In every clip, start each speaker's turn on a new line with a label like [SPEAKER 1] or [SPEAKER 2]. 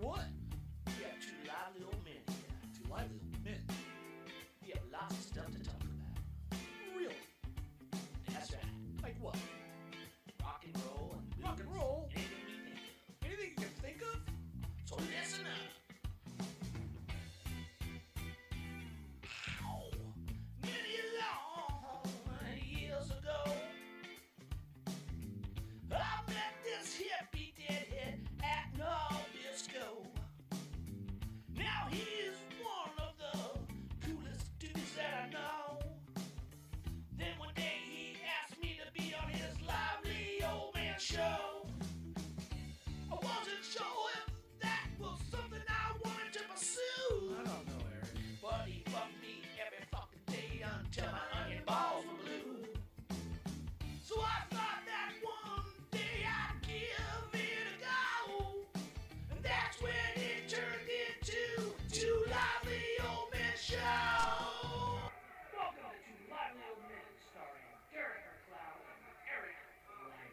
[SPEAKER 1] what? We are two lively old men here.
[SPEAKER 2] Two lively old men.
[SPEAKER 1] We have lots of stuff to talk about.
[SPEAKER 2] Really?
[SPEAKER 1] That's right.
[SPEAKER 2] Like what?
[SPEAKER 1] Rock and roll and
[SPEAKER 2] Rock and
[SPEAKER 1] blues,
[SPEAKER 2] roll?
[SPEAKER 1] Anything we think of.
[SPEAKER 2] Anything you can think of?
[SPEAKER 1] So listen up. Ow. Many long years ago, I met this hippie deadhead at Nabisco. Now he is one of the coolest dudes that I know. Then one day he asked me to be on his lively old man show. I wasn't sure if that was something I wanted to pursue.
[SPEAKER 2] don't know, Eric.
[SPEAKER 1] But he fucked me every fucking day until my onion balls were blue. So I thought that one day I'd give it a go. And that's when it turned into Two Lively Old Men Show. Welcome to Two Lively Old Men, starring Derek McLeod and Eric Lang.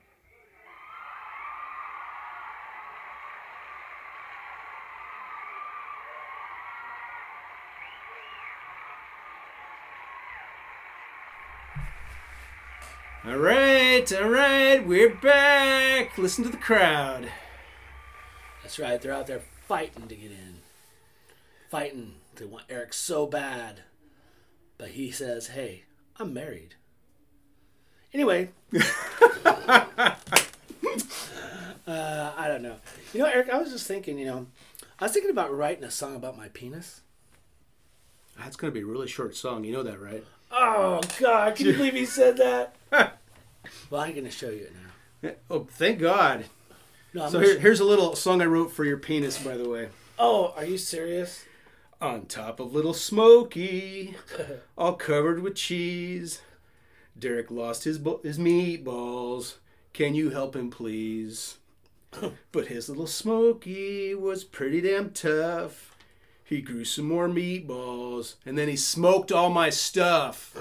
[SPEAKER 3] All right, all right, we're back. Listen to the crowd.
[SPEAKER 2] That's right. They're out there fighting to get in. Fighting. They want Eric so bad. But he says, hey, I'm married. Anyway. uh, I don't know. You know, Eric, I was just thinking, you know, I was thinking about writing a song about my penis.
[SPEAKER 3] That's gonna be a really short song. You know that, right?
[SPEAKER 2] Oh, God. Can you believe he said that? well, I'm going to show you it now.
[SPEAKER 3] Oh, thank God.
[SPEAKER 2] No, I'm
[SPEAKER 3] So
[SPEAKER 2] gonna
[SPEAKER 3] here,
[SPEAKER 2] sh-
[SPEAKER 3] here's a little song I wrote for your penis, by the way.
[SPEAKER 2] oh, are you serious?
[SPEAKER 3] On top of Little Smoky, all covered with cheese. Derek lost his bo- his meatballs. Can you help him, please? But his little Smoky was pretty damn tough. He grew some more meatballs, and then he smoked all my stuff.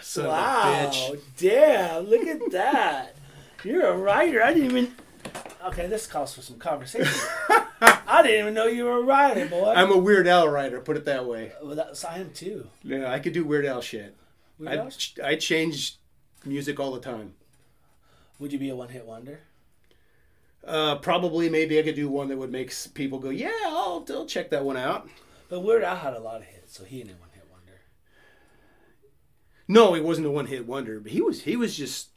[SPEAKER 3] Son
[SPEAKER 2] Wow,
[SPEAKER 3] of a bitch.
[SPEAKER 2] damn, look at that. You're a writer. I didn't even. Okay, this calls for some conversation. I didn't even know you were a writer, boy.
[SPEAKER 3] I'm a Weird Al writer, put it that way.
[SPEAKER 2] well, that's, I am too.
[SPEAKER 3] Yeah, I could do Weird Al shit.
[SPEAKER 2] Weird
[SPEAKER 3] I,
[SPEAKER 2] Al?
[SPEAKER 3] ch- I change music all the time.
[SPEAKER 2] Would you be a one hit wonder?
[SPEAKER 3] Uh, probably, maybe I could do one that would make s- people go, "Yeah, I'll, I'll check that one out."
[SPEAKER 2] But Weird Al had a lot of hits, so he ain't a one hit wonder.
[SPEAKER 3] No, he wasn't a one-hit wonder, but he was. He was just.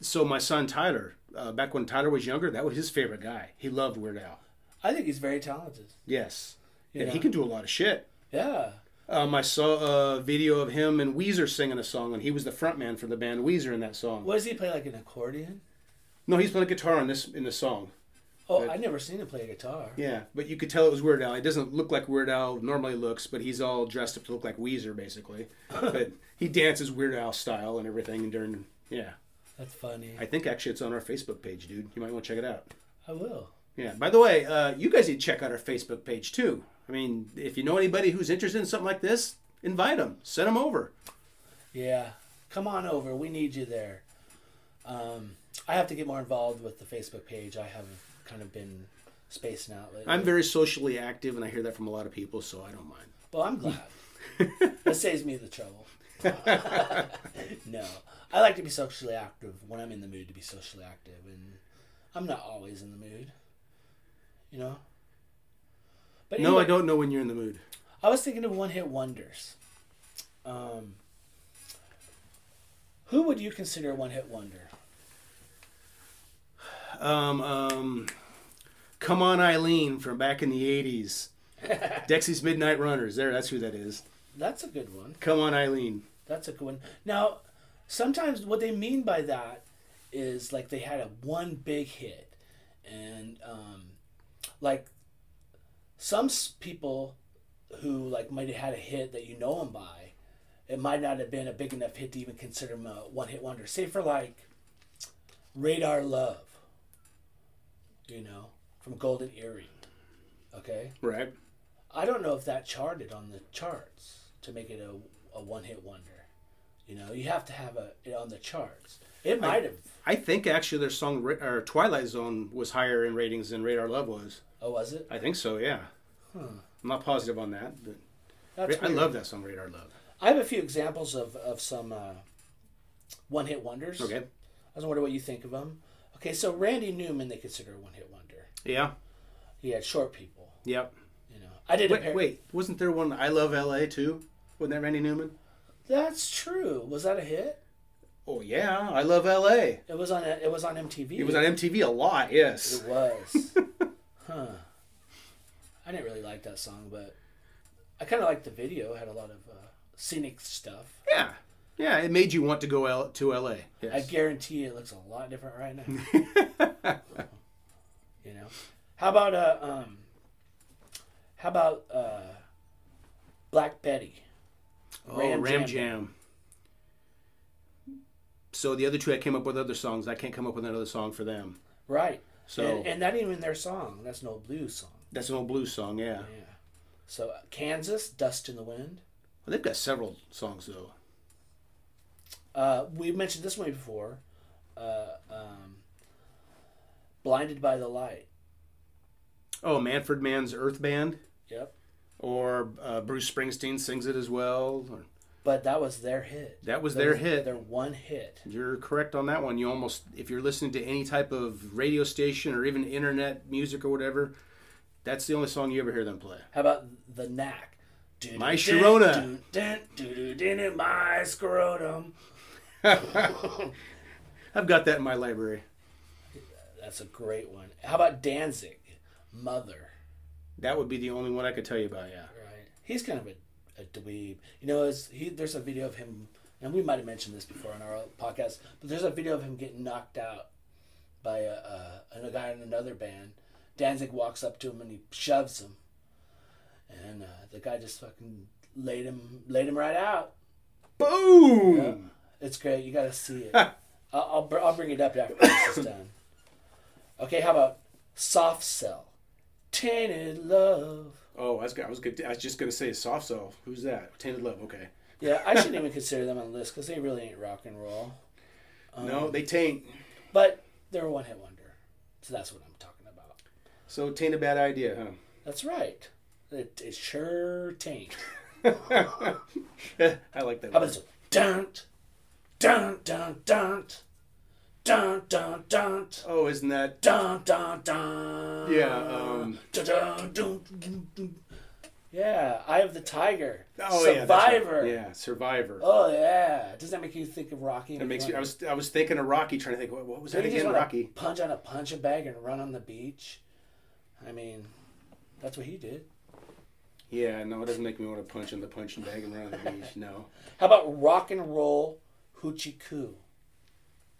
[SPEAKER 3] So my son Tyler, uh, back when Tyler was younger, that was his favorite guy. He loved Weird Al.
[SPEAKER 2] I think he's very talented.
[SPEAKER 3] Yes, yeah,
[SPEAKER 2] Yeah.
[SPEAKER 3] he could do a lot of shit.
[SPEAKER 2] Yeah.
[SPEAKER 3] Um, I saw a video of him and Weezer singing a song, and he was the frontman for the band Weezer in that song.
[SPEAKER 2] What does he play like an accordion?
[SPEAKER 3] No, he's playing guitar in this in the song.
[SPEAKER 2] Oh, i never seen him play a guitar.
[SPEAKER 3] Yeah, but you could tell it was Weird Al. It doesn't look like Weird Al normally looks, but he's all dressed up to look like Weezer, basically. but he dances Weird Al style and everything during. Yeah,
[SPEAKER 2] That's funny.
[SPEAKER 3] I think actually it's on our Facebook page, dude. You might want to check it out.
[SPEAKER 2] I will.
[SPEAKER 3] Yeah. By the way, uh, you guys need to check out our Facebook page too. I mean, if you know anybody who's interested in something like this, invite them, send them over.
[SPEAKER 2] Yeah, come on over. We need you there. Um, I have to get more involved with the Facebook page. I have kind of been spacing out lately.
[SPEAKER 3] I'm very socially active, and I hear that from a lot of people, so I don't mind.
[SPEAKER 2] well, I'm glad. that saves me the trouble. no, I like to be socially active when I'm in the mood to be socially active, and I'm not always in the mood. You know. But
[SPEAKER 3] No, I
[SPEAKER 2] anyway-
[SPEAKER 3] don't know when you're in the mood.
[SPEAKER 2] I was thinking of one hit wonders. Um, who would you consider a one hit wonder?
[SPEAKER 3] um, um, Come On Eileen from back in the 80s. Dexy's Midnight Runners. There, that's who that is.
[SPEAKER 2] That's a good one.
[SPEAKER 3] Come On Eileen.
[SPEAKER 2] That's a good one. Now, sometimes what they mean by that is like they had a one big hit, and um, like some s- people who like might have had a hit that you know them by, it might not have been a big enough hit to even consider them a one hit wonder. Say for like Radar Love, you know, from Golden Earring. Okay,
[SPEAKER 3] Right.
[SPEAKER 2] I don't know if that charted on the charts to make it a, a one hit wonder. You know, you have to have a, it on the charts. It might have.
[SPEAKER 3] I think actually their song Ra- or Twilight Zone was higher in ratings than Radar Love was.
[SPEAKER 2] Oh, was it?
[SPEAKER 3] I think so. Yeah. I'm not positive on that, but
[SPEAKER 2] That's
[SPEAKER 3] I
[SPEAKER 2] weird.
[SPEAKER 3] love that song Radar Love.
[SPEAKER 2] I have a few examples of of some uh, one hit wonders.
[SPEAKER 3] Okay.
[SPEAKER 2] I was wondering what you think of them. Okay, so Randy Newman they consider a one hit wonder.
[SPEAKER 3] Yeah.
[SPEAKER 2] He had short people.
[SPEAKER 3] Yep.
[SPEAKER 2] You know, I did. a
[SPEAKER 3] Wait,
[SPEAKER 2] pair-
[SPEAKER 3] wait, wasn't there one I Love LA too? Wasn't that Randy Newman?
[SPEAKER 2] that's true. Was that a hit?
[SPEAKER 3] Oh yeah, I Love LA.
[SPEAKER 2] It was on. It was on MTV.
[SPEAKER 3] It was on MTV a lot. Yes.
[SPEAKER 2] It was. huh. I didn't really like that song, but I kind of liked the video. It had a lot of uh, scenic stuff.
[SPEAKER 3] Yeah. Yeah, it made you want to go L- to LA.
[SPEAKER 2] I
[SPEAKER 3] Yes.
[SPEAKER 2] guarantee it looks a lot different right now. you know, how about uh, um, how about uh, Black Betty?
[SPEAKER 3] oh, Ram, Jam. So the other two I came up with other songs. I can't come up with another song for them.
[SPEAKER 2] right?
[SPEAKER 3] So
[SPEAKER 2] and, and not even their song. That's no blues song.
[SPEAKER 3] that's an old blues song, yeah.
[SPEAKER 2] Yeah. So uh, Kansas, Dust in the Wind.
[SPEAKER 3] Well, they've got several songs though.
[SPEAKER 2] Uh, we mentioned this one before. Uh, um, Blinded by the light.
[SPEAKER 3] Oh, Manfred Mann's Earth Band,
[SPEAKER 2] Yep.
[SPEAKER 3] or uh, Bruce Springsteen sings it as well. Or,
[SPEAKER 2] But that was their hit.
[SPEAKER 3] that was their hit.
[SPEAKER 2] Their one hit.
[SPEAKER 3] You're correct on that one. You almost, if you're listening to any type of radio station or even internet music or whatever, that's the only song you ever hear them play.
[SPEAKER 2] How about the knack? Dun, dun,
[SPEAKER 3] My Sharona.
[SPEAKER 2] dun, dun, dun, dun, dun, dun, My scrotum.
[SPEAKER 3] I've got that in my library.
[SPEAKER 2] That's a great one. How about Danzig? Mother.
[SPEAKER 3] That would be the only one I could tell you about. Yeah.
[SPEAKER 2] Right. He's kind of a, a dweeb. You know, it's, he, there's a video of him, and we might have mentioned this before on our podcast, but there's a video of him getting knocked out by a, a, a guy in another band. Danzig walks up to him and he shoves him, and uh, the guy just fucking laid him laid him right out.
[SPEAKER 3] Boom.
[SPEAKER 2] It's great. You gotta see it. I'll, I'll br- I'll bring it up after this is done. Okay, how about soft sell, tainted love.
[SPEAKER 3] Oh, I was, I was good. I was just gonna say soft cell. Who's that? Tainted Love. Okay.
[SPEAKER 2] Yeah, I shouldn't even consider them on the list because they really ain't rock and roll.
[SPEAKER 3] no, they taint.
[SPEAKER 2] But they're a one hit wonder. So that's what I'm talking about.
[SPEAKER 3] So taint a bad idea, huh?
[SPEAKER 2] That's right. It, it sure taint.
[SPEAKER 3] I like that.
[SPEAKER 2] How about this one? Dunt, dunt, dunt, dunt, dunt, dunt, dunt,
[SPEAKER 3] Oh, isn't that?
[SPEAKER 2] dunt, dunt, dunt.
[SPEAKER 3] Yeah. Um,
[SPEAKER 2] Dun, dun, dun, dun, dun. Yeah, Eye of the Tiger.
[SPEAKER 3] oh, yeah, that's right.
[SPEAKER 2] Survivor.
[SPEAKER 3] Yeah, Survivor.
[SPEAKER 2] Oh, yeah. Does that make you think of Rocky?
[SPEAKER 3] That makes you, I was I was thinking of Rocky, trying to think what, what was that
[SPEAKER 2] Maybe you just
[SPEAKER 3] again?
[SPEAKER 2] wanna
[SPEAKER 3] Rocky.
[SPEAKER 2] Punch on a punching bag and run on the beach. I mean, that's what he did.
[SPEAKER 3] Yeah, no, it doesn't make me want to punch in the punching bag and run on the beach. No.
[SPEAKER 2] How about rock and roll hoochie coo?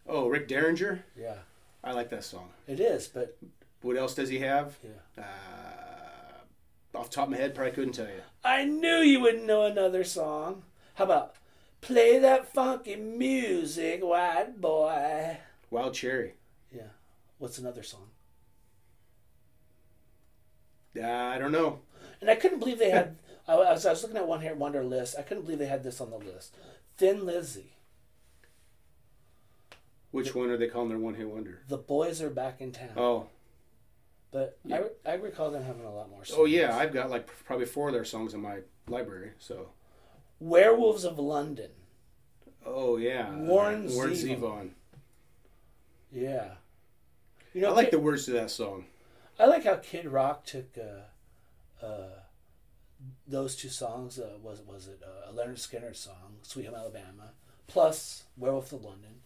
[SPEAKER 3] Oh, Rick Derringer.
[SPEAKER 2] Yeah,
[SPEAKER 3] I like that song.
[SPEAKER 2] it is, but
[SPEAKER 3] What else does he have?
[SPEAKER 2] yeah.
[SPEAKER 3] Uh, off the top of my head, probably couldn't tell you.
[SPEAKER 2] I knew you wouldn't know another song. How about play that funky music, white boy?
[SPEAKER 3] Wild Cherry.
[SPEAKER 2] Yeah. What's another song?
[SPEAKER 3] Uh, I don't know.
[SPEAKER 2] And I couldn't believe they had. I was, I was looking at one hit wonder list. I couldn't believe they had this on the list. Thin Lizzy,
[SPEAKER 3] Which one are they calling their one hit wonder?
[SPEAKER 2] the boys are back in town.
[SPEAKER 3] Oh,
[SPEAKER 2] But I, I recall them having a lot more. Songs.
[SPEAKER 3] oh yeah, I've got like probably four of their songs in my library. So,
[SPEAKER 2] Werewolves of London.
[SPEAKER 3] oh yeah,
[SPEAKER 2] Warren
[SPEAKER 3] Warren
[SPEAKER 2] Zevon.
[SPEAKER 3] Zevon.
[SPEAKER 2] Yeah. You
[SPEAKER 3] I
[SPEAKER 2] know,
[SPEAKER 3] like
[SPEAKER 2] Kid-
[SPEAKER 3] the words to that song.
[SPEAKER 2] I like how Kid Rock took uh, uh, those two songs. Uh, was was it uh, a Leonard Skinner song, "Sweet Home Alabama," plus "Werewolf of London,"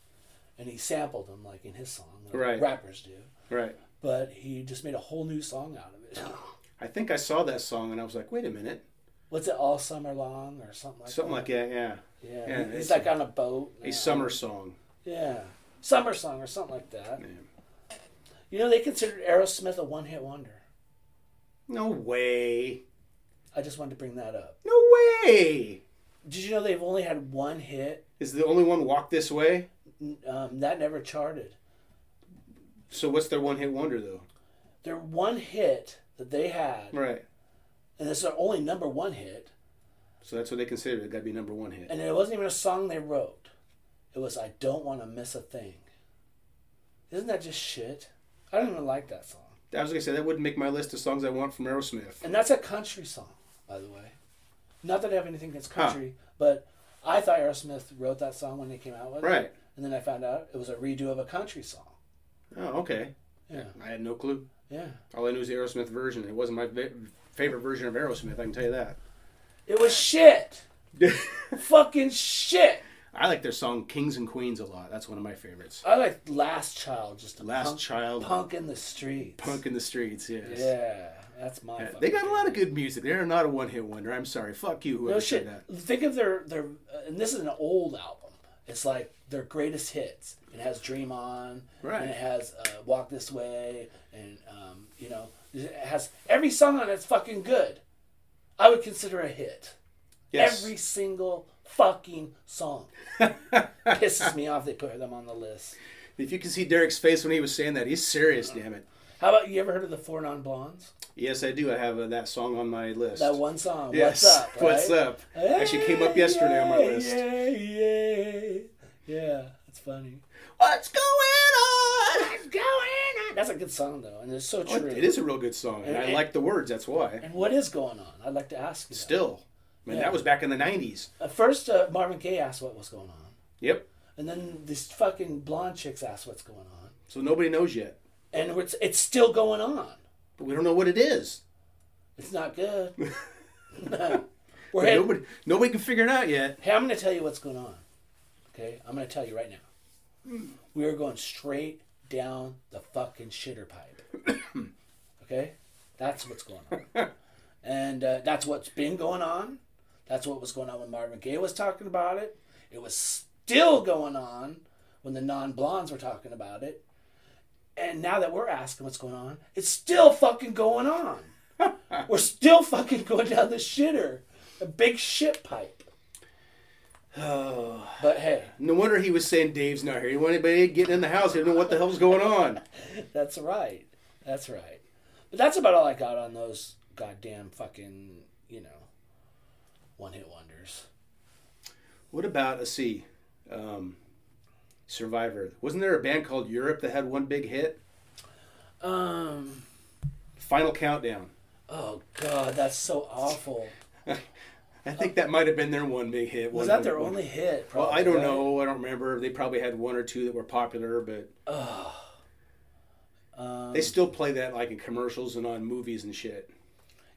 [SPEAKER 2] and he sampled them like in his song, like
[SPEAKER 3] Right.
[SPEAKER 2] rappers do.
[SPEAKER 3] Right.
[SPEAKER 2] But he just made a whole new song out of it.
[SPEAKER 3] I think I saw that song and I was like, wait a minute,
[SPEAKER 2] What's it, all summer long or something like
[SPEAKER 3] something
[SPEAKER 2] that?
[SPEAKER 3] like that. Yeah,
[SPEAKER 2] Yeah,
[SPEAKER 3] Yeah,
[SPEAKER 2] he- he's
[SPEAKER 3] it's
[SPEAKER 2] like on a boat.
[SPEAKER 3] a summer song.
[SPEAKER 2] Yeah, summer song or something like that.
[SPEAKER 3] Yeah.
[SPEAKER 2] You know, they considered Aerosmith a one-hit wonder.
[SPEAKER 3] No way.
[SPEAKER 2] I just wanted to bring that up.
[SPEAKER 3] No way.
[SPEAKER 2] Did you know they've only had one hit?
[SPEAKER 3] Is the only one Walk This Way?
[SPEAKER 2] N- Um, that never charted.
[SPEAKER 3] So what's their one hit wonder though?
[SPEAKER 2] Their one hit that they had,
[SPEAKER 3] Right.
[SPEAKER 2] and it's their only number one hit,
[SPEAKER 3] So that's what they consider. It got to be number one hit.
[SPEAKER 2] and it wasn't even a song they wrote. It It was I don't want to miss a thing. Isn't that just shit? I don't even like that song.
[SPEAKER 3] I was gonna say that wouldn't make my list of songs I want from Aerosmith.
[SPEAKER 2] And that's a country song, by the way. Not that I have anything against country, but I thought Aerosmith wrote that song when they came out with it.
[SPEAKER 3] Right.
[SPEAKER 2] And then I found out it was a redo of a country song.
[SPEAKER 3] Oh, okay.
[SPEAKER 2] Yeah.
[SPEAKER 3] I had no clue.
[SPEAKER 2] Yeah.
[SPEAKER 3] All I knew was the Aerosmith version. It wasn't my va- favorite version of Aerosmith. I can tell you that.
[SPEAKER 2] It was shit. Fucking shit.
[SPEAKER 3] I like their song "Kings and Queens" a lot. That's one of my favorites.
[SPEAKER 2] I like Last Child just a
[SPEAKER 3] Last
[SPEAKER 2] punk,
[SPEAKER 3] Child, punk.
[SPEAKER 2] punk in the streets.
[SPEAKER 3] in the Streets. Yes.
[SPEAKER 2] Yeah. That's my
[SPEAKER 3] Yeah,
[SPEAKER 2] fucking
[SPEAKER 3] They got a lot of good music. They're not a one-hit wonder. I'm sorry. Fuck you, whoever
[SPEAKER 2] No
[SPEAKER 3] said
[SPEAKER 2] Oh, shit.
[SPEAKER 3] that.
[SPEAKER 2] Think of their their uh, and this is an old album. It's like their greatest hits. It has "Dream On,"
[SPEAKER 3] Right.
[SPEAKER 2] and it has uh, "Walk This Way," and um, you know, it has every song on it's fucking good. I would consider a hit.
[SPEAKER 3] Yes.
[SPEAKER 2] Every single fucking song pisses me off. They put them on the list.
[SPEAKER 3] If you can see Derek's face when he was saying that, he's serious. Damn it.
[SPEAKER 2] How about you? Ever heard of the Four Non Blondes?
[SPEAKER 3] Yes, I do. I have uh, that song on my list.
[SPEAKER 2] That one song.
[SPEAKER 3] Yes.
[SPEAKER 2] What's up?
[SPEAKER 3] What's
[SPEAKER 2] right?
[SPEAKER 3] up? Actually, came up yesterday on my
[SPEAKER 2] Yeah,
[SPEAKER 3] list.
[SPEAKER 2] Yeah, yeah, yeah. That's funny.
[SPEAKER 3] What's going on?
[SPEAKER 2] What's going on? That's a good song though, and it's so
[SPEAKER 3] Oh,
[SPEAKER 2] true.
[SPEAKER 3] it is a real good song, and I
[SPEAKER 2] And-
[SPEAKER 3] like the words. That's why.
[SPEAKER 2] And what is going on? I'd like to ask you. that.
[SPEAKER 3] Still, I mean,
[SPEAKER 2] Yeah.
[SPEAKER 3] that was back in the '90s.
[SPEAKER 2] At first, uh, Marvin Gaye asked what was going on,
[SPEAKER 3] Yep.
[SPEAKER 2] and then these fucking blonde chicks asked what's going on,
[SPEAKER 3] So nobody knows yet,
[SPEAKER 2] and it's it's still going on.
[SPEAKER 3] but we don't know what it is.
[SPEAKER 2] It's not good. We're
[SPEAKER 3] But
[SPEAKER 2] head-
[SPEAKER 3] nobody, nobody can figure it out yet.
[SPEAKER 2] Hey, I'm going to tell you what's going on. Okay, I'm going to tell you right now. We are going straight down the fucking shitter pipe. okay, that's what's going on, and uh, that's what's been going on. That's what was going on when Marvin Gaye was talking about it. It was still going on when the non-blondes were talking about it. And now that we're asking what's going on, it's still fucking going on. we're still fucking going down the shitter, a big shit pipe.
[SPEAKER 3] Oh.
[SPEAKER 2] But hey,
[SPEAKER 3] No wonder he was saying Dave's not here. He wanted anybody getting in the house. He didn't know what the hell's going on.
[SPEAKER 2] that's right. That's right. But that's about all I got on those goddamn fucking, you know, one hit wonders.
[SPEAKER 3] What about a C? Um, Survivor. Wasn't there a band called Europe that had one big hit?
[SPEAKER 2] Um,
[SPEAKER 3] Final Countdown.
[SPEAKER 2] oh god, that's so awful.
[SPEAKER 3] I think that might have been their one big hit.
[SPEAKER 2] Was
[SPEAKER 3] one-
[SPEAKER 2] that their
[SPEAKER 3] one-
[SPEAKER 2] only hit?
[SPEAKER 3] Well,
[SPEAKER 2] Probably,
[SPEAKER 3] I don't
[SPEAKER 2] right?
[SPEAKER 3] know. I don't remember. They probably had one or two that were popular, but
[SPEAKER 2] Um,
[SPEAKER 3] they still play that like in commercials and on movies and shit.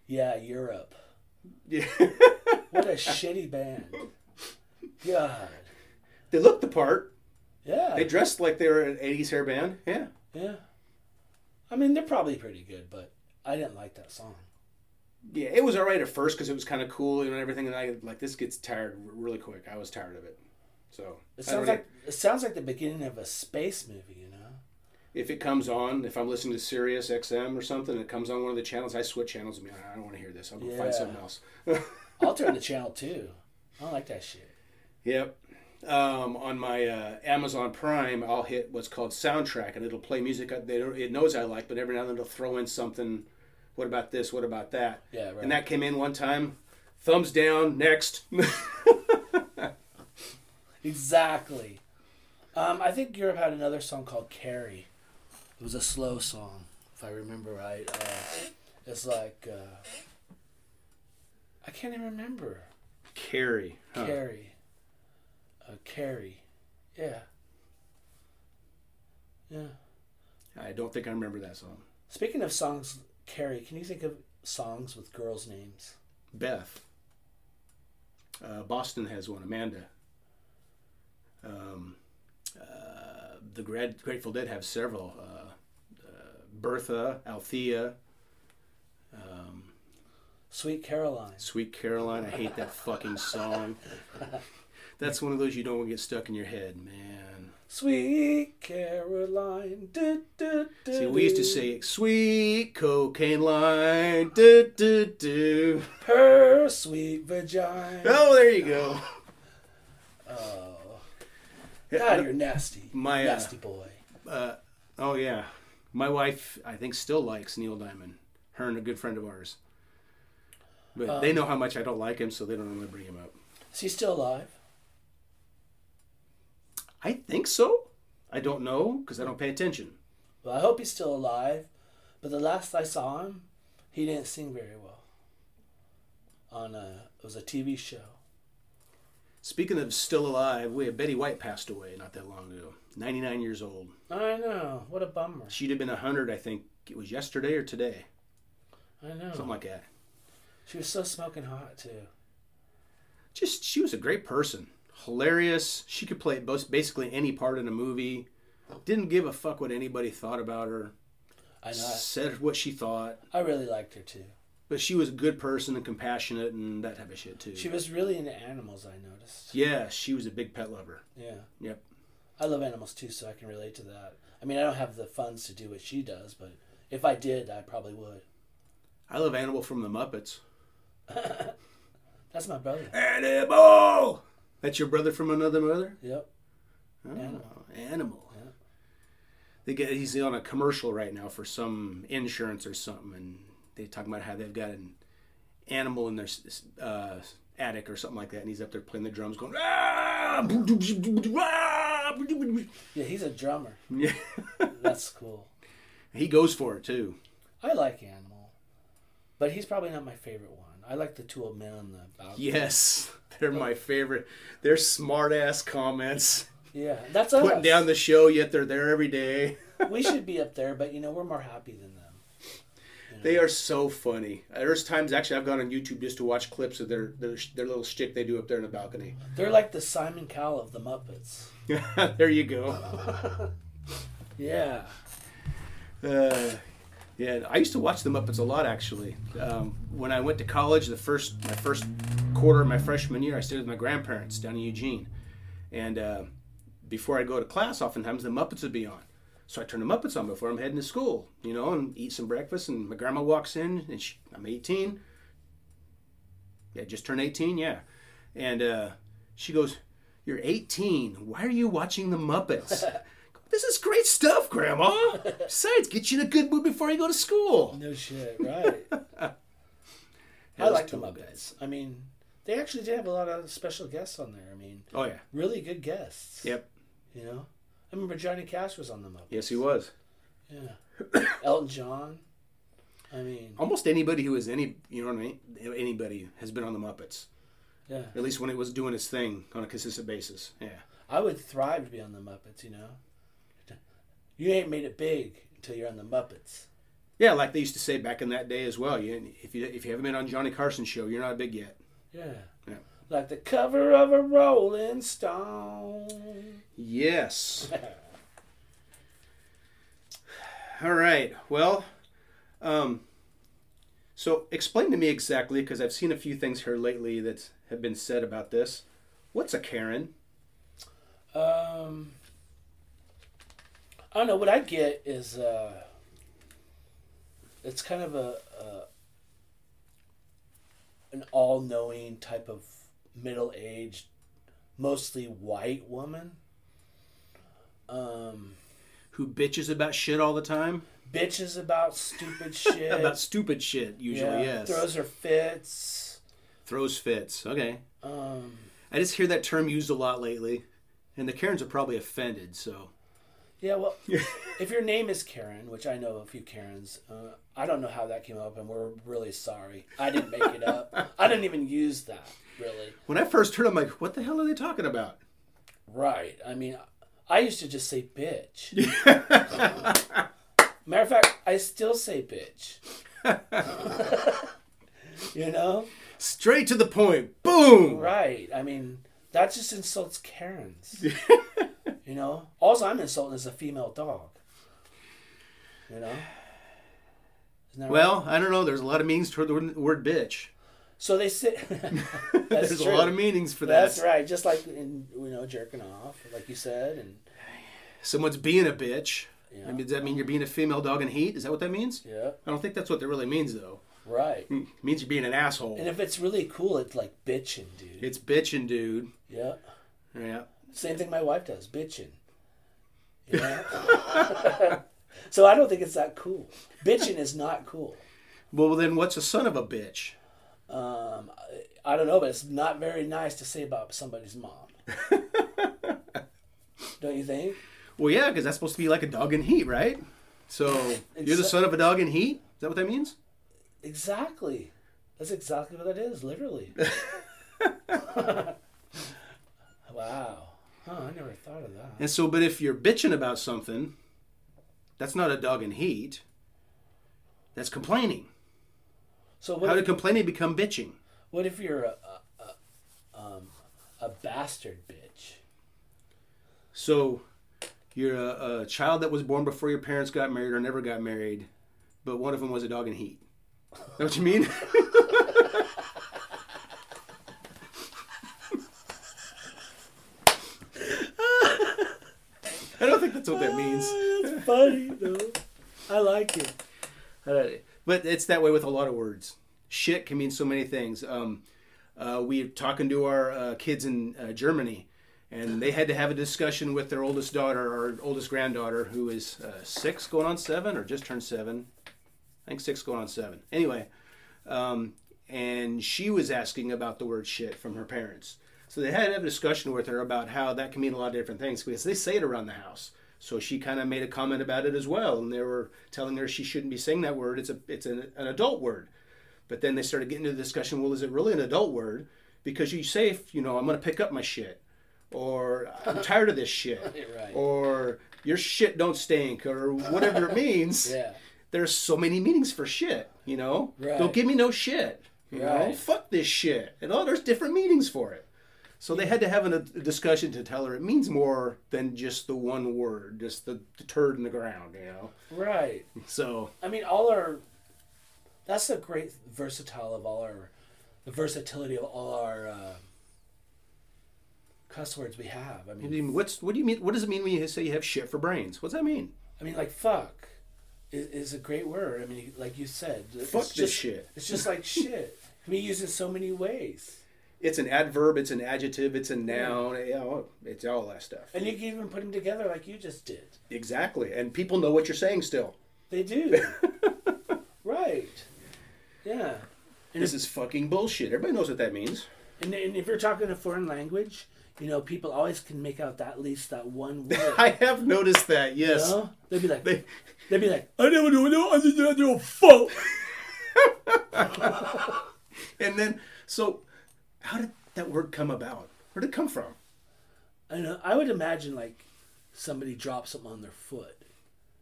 [SPEAKER 2] yeah, Europe.
[SPEAKER 3] Yeah,
[SPEAKER 2] What a shitty band. God.
[SPEAKER 3] they looked the part.
[SPEAKER 2] Yeah.
[SPEAKER 3] They dressed like they were an '80s hair band. Yeah,
[SPEAKER 2] yeah. I mean, they're probably pretty good, but I didn't like that song.
[SPEAKER 3] yeah. It was alright at first because it was kind of cool and everything. And I like this gets tired r- really quick. I was tired of it. So
[SPEAKER 2] It
[SPEAKER 3] I don't
[SPEAKER 2] sounds
[SPEAKER 3] know.
[SPEAKER 2] like it sounds like the beginning of a space movie, you know.
[SPEAKER 3] if it comes on, if I'm listening to Sirius XM or something, and it comes on one of the channels, I switch channels and be like, I don't want to hear this. I'll go
[SPEAKER 2] Yeah.
[SPEAKER 3] find something else.
[SPEAKER 2] I'll turn the channel too. I don't like that shit.
[SPEAKER 3] Yep. Um, on my uh, Amazon Prime, I'll hit what's called soundtrack, and it'll play music that it knows I like, but every now and then it'll throw in something. What about this? What about that?
[SPEAKER 2] Yeah, right.
[SPEAKER 3] And that came in one time. Thumbs down. Next.
[SPEAKER 2] Exactly. Um, I think Europe had another song called "Carry." It was a slow song, if I remember right. Uh, it's like uh, I can't even remember.
[SPEAKER 3] Carrie. huh?
[SPEAKER 2] Carry, uh, carry, yeah, yeah.
[SPEAKER 3] I don't think I remember that song.
[SPEAKER 2] Speaking of songs, carry. Can you think of songs with girls' names?
[SPEAKER 3] Beth. Uh, Boston has one. Amanda. Um, uh, the Grad- Grateful Dead have several. Uh, uh, Bertha, Althea. Um,
[SPEAKER 2] Sweet Caroline.
[SPEAKER 3] Sweet Caroline, I hate that fucking song. That's one of those you don't want to get stuck in your head, man.
[SPEAKER 2] Sweet Caroline. Do, do, do,
[SPEAKER 3] See, we used to
[SPEAKER 2] do.
[SPEAKER 3] say "Sweet Cocaine Line." Do, do, do.
[SPEAKER 2] her sweet vagina.
[SPEAKER 3] Oh, there you go.
[SPEAKER 2] Oh.
[SPEAKER 3] Yeah,
[SPEAKER 2] God, Ah, you're nasty.
[SPEAKER 3] My, uh,
[SPEAKER 2] nasty boy.
[SPEAKER 3] Uh, oh yeah, my wife I think still likes Neil Diamond. Her and a good friend of ours. But they know how much I don't like him, so they don't want to bring him up.
[SPEAKER 2] Is he still alive?
[SPEAKER 3] I think so. I don't know because I don't pay attention.
[SPEAKER 2] Well, I hope he's still alive, but the last I saw him, he didn't sing very well. On a it was a TV show.
[SPEAKER 3] Speaking of still alive, we Betty White passed away not that long ago. 99 years old.
[SPEAKER 2] I know. What a bummer.
[SPEAKER 3] She'd have been 100, I think it was yesterday or today.
[SPEAKER 2] I know.
[SPEAKER 3] Something like that.
[SPEAKER 2] she was so smoking hot too.
[SPEAKER 3] Just, she was a great person. Hilarious. She could play both, basically any part in a movie. Didn't give a fuck what anybody thought about her.
[SPEAKER 2] I know.
[SPEAKER 3] Said what she thought.
[SPEAKER 2] I, I really liked her too.
[SPEAKER 3] But she was a good person and compassionate and that type of shit, too.
[SPEAKER 2] She was really into animals. I noticed.
[SPEAKER 3] yeah, she was a big pet lover.
[SPEAKER 2] Yeah.
[SPEAKER 3] Yep.
[SPEAKER 2] I love animals too, so I can relate to that. I mean, I don't have the funds to do what she does, but if I did, I probably would.
[SPEAKER 3] I love Animal from the Muppets.
[SPEAKER 2] That's my brother.
[SPEAKER 3] Animal! That's your brother from another mother?
[SPEAKER 2] Yep.
[SPEAKER 3] Oh,
[SPEAKER 2] Animal.
[SPEAKER 3] animal.
[SPEAKER 2] Yeah.
[SPEAKER 3] They get he's on a commercial right now for some insurance or something, and they talk about how they've got an animal in their s- uh, attic or something like that, and he's up there playing the drums, going. "Ah!"
[SPEAKER 2] Yeah, he's a drummer.
[SPEAKER 3] Yeah.
[SPEAKER 2] That's cool.
[SPEAKER 3] he goes for it too.
[SPEAKER 2] I like Animal, but he's probably not my favorite one. I like the two old men on the balcony.
[SPEAKER 3] Yes, they're my favorite. They're smart ass comments,
[SPEAKER 2] Yeah, that's
[SPEAKER 3] putting
[SPEAKER 2] us.
[SPEAKER 3] down the show, yet they're there every day.
[SPEAKER 2] we should be up there, but you know we're more happy than them.
[SPEAKER 3] They are so funny. There's times actually I've gone on YouTube just to watch clips of their their, their little shtick they do up there in the balcony.
[SPEAKER 2] They're like the Simon Cowell of the Muppets.
[SPEAKER 3] there you go.
[SPEAKER 2] Yeah.
[SPEAKER 3] Uh, yeah, I used to watch the Muppets a lot actually. Um, when I went to college, the first my first quarter of my freshman year, I stayed with my grandparents down in Eugene, and uh, before I go to class, oftentimes the Muppets would be on. So I turn the Muppets on before I'm heading to school, you know, and eat some breakfast. And my grandma walks in, and she, I'm 18. Yeah, just turned 18, yeah. And uh, she goes, You're 18. Why are you watching the Muppets? this is great stuff, Grandma. Besides, get you in a good mood before you go to school.
[SPEAKER 2] No shit, right? I
[SPEAKER 3] those
[SPEAKER 2] like the
[SPEAKER 3] two
[SPEAKER 2] Muppets. I mean, they actually did have a lot of special guests on there. I mean,
[SPEAKER 3] Oh, yeah.
[SPEAKER 2] really good guests.
[SPEAKER 3] Yep.
[SPEAKER 2] You know, I remember Johnny Cash was on the Muppets.
[SPEAKER 3] Yes, he was.
[SPEAKER 2] Yeah. Elton John. I mean,
[SPEAKER 3] Almost anybody who is any, you know what I mean? Anybody has been on the Muppets.
[SPEAKER 2] yeah.
[SPEAKER 3] At least when it was doing its thing on a consistent basis. Yeah.
[SPEAKER 2] I would thrive to be on the Muppets. You know, you ain't made it big until you're on the Muppets.
[SPEAKER 3] Yeah, like they used to say back in that day as well. You, if you if you haven't been on Johnny Carson's show, you're not big yet.
[SPEAKER 2] Yeah.
[SPEAKER 3] Yeah.
[SPEAKER 2] Like the cover of a Rolling Stone.
[SPEAKER 3] Yes. All right. Well, um, so explain to me exactly because I've seen a few things here lately that have been said about this. What's a Karen?
[SPEAKER 2] Um, I don't know. What I get is uh, it's kind of a, a an all-knowing type of middle-aged, mostly white woman. Um,
[SPEAKER 3] Who bitches about shit all the time?
[SPEAKER 2] bitches about stupid shit.
[SPEAKER 3] About stupid shit, usually, yes.
[SPEAKER 2] Throws her fits.
[SPEAKER 3] Throws fits. Okay.
[SPEAKER 2] Um,
[SPEAKER 3] I just hear that term used a lot lately, and the Karens are probably offended, so.
[SPEAKER 2] Yeah, well, if your name is Karen, which I know a few Karens, uh, I don't know how that came up, and we're really sorry. I didn't make it up. I didn't even use that, really.
[SPEAKER 3] When I first heard, it, I'm like, "What the hell are they talking about?"
[SPEAKER 2] Right. I mean, I used to just say bitch. Matter of fact, I still say bitch. you know?
[SPEAKER 3] Straight to the point. Boom.
[SPEAKER 2] Right. I mean, that just insults Karens. you know? All I'm insulting is a female dog. You know? Isn't that right?
[SPEAKER 3] Well, I don't know. There's a lot of meanings toward the word, word bitch.
[SPEAKER 2] So they sit. that's
[SPEAKER 3] There's
[SPEAKER 2] true.
[SPEAKER 3] a lot of meanings for that.
[SPEAKER 2] That's right. Just like in, you know, jerking off, like you said, and
[SPEAKER 3] Someone's being a bitch.
[SPEAKER 2] Yeah.
[SPEAKER 3] I mean, does that mean you're being a female dog in heat? Is that what that means?
[SPEAKER 2] yeah,
[SPEAKER 3] I don't think that's what that really means, though.
[SPEAKER 2] right.
[SPEAKER 3] It means you're being an asshole.
[SPEAKER 2] And if it's really cool, it's like bitching, dude.
[SPEAKER 3] it's bitching, dude.
[SPEAKER 2] Yeah.
[SPEAKER 3] Yeah.
[SPEAKER 2] Same thing my wife does, bitching. You know? so I don't think it's that cool. Bitching is not cool.
[SPEAKER 3] Well, then what's a son of a bitch?
[SPEAKER 2] Um, I, I don't know, but it's not very nice to say about somebody's mom. don't you think?
[SPEAKER 3] Well, yeah, because that's supposed to be like a dog in heat, right? So you're the
[SPEAKER 2] Exa-
[SPEAKER 3] son of a dog in heat. Is that what that means?
[SPEAKER 2] Exactly. That's exactly what that is, literally. wow. Huh, I never thought of that.
[SPEAKER 3] And so, but if you're bitching about something, that's not a dog in heat. That's complaining.
[SPEAKER 2] So
[SPEAKER 3] How
[SPEAKER 2] what
[SPEAKER 3] did
[SPEAKER 2] if,
[SPEAKER 3] complaining become bitching?
[SPEAKER 2] what if you're a, a, a, um, a bastard bitch?
[SPEAKER 3] So you're a, a child that was born before your parents got married or never got married, but one of them was a dog in heat. Know what you mean? I don't think that's what that means.
[SPEAKER 2] That's funny, though. I like it.
[SPEAKER 3] Uh, But it's that way with a lot of words. Shit can mean so many things. Um, uh, we were talking to our uh, kids in uh, Germany, and they had to have a discussion with their oldest daughter or oldest granddaughter, who is uh, six going on seven or just turned seven. I think six going on seven. Anyway, um, and she was asking about the word shit from her parents. So they had to have a discussion with her about how that can mean a lot of different things because they say it around the house. So she kind of made a comment about it as well, and they were telling her she shouldn't be saying that word. It's a it's an, an adult word. But then they started getting into the discussion. Well, is it really an adult word? Because you say, if, you know, I'm going to pick up my shit, or I'm tired of this shit,
[SPEAKER 2] Right.
[SPEAKER 3] or your shit don't stink, or whatever it means
[SPEAKER 2] Yeah.
[SPEAKER 3] there's so many meanings for shit, you know?
[SPEAKER 2] Right.
[SPEAKER 3] Don't give me no shit. You know?
[SPEAKER 2] Right.
[SPEAKER 3] Fuck this shit. And oh, there's different meanings for it. So they had to have an, a discussion to tell her it means more than just the one word, just the, the turd in the ground, you know?
[SPEAKER 2] Right.
[SPEAKER 3] So,
[SPEAKER 2] I mean, all our. That's the great versatile of all our, the versatility of all our uh, cuss words we have. I
[SPEAKER 3] I
[SPEAKER 2] mean,
[SPEAKER 3] mean, what's, what do you mean? What does it mean when you say you have shit for brains? What's that mean?
[SPEAKER 2] I mean, like fuck, is, is a great word. I mean, like you said, it's
[SPEAKER 3] Fuck this
[SPEAKER 2] just-
[SPEAKER 3] shit.
[SPEAKER 2] It's just like shit. I mean, you use it so many ways,
[SPEAKER 3] It's an adverb, it's an adjective, it's a noun, yeah, well, it's all that stuff.
[SPEAKER 2] and you can even put them together like you just did.
[SPEAKER 3] Exactly. And people know what you're saying still.
[SPEAKER 2] They do, right? Yeah.
[SPEAKER 3] This is fucking bullshit. Everybody knows what that means.
[SPEAKER 2] And, and if you're talking a foreign language, you know, people always can make out that at least that one word.
[SPEAKER 3] I have noticed that, yes.
[SPEAKER 2] know? They'd be like,
[SPEAKER 3] They-
[SPEAKER 2] they, would be like, I never do no, I just I do a fuck.
[SPEAKER 3] And then, so how did that word come about? Where did it come from?
[SPEAKER 2] I know. I would imagine like somebody dropped something on their foot,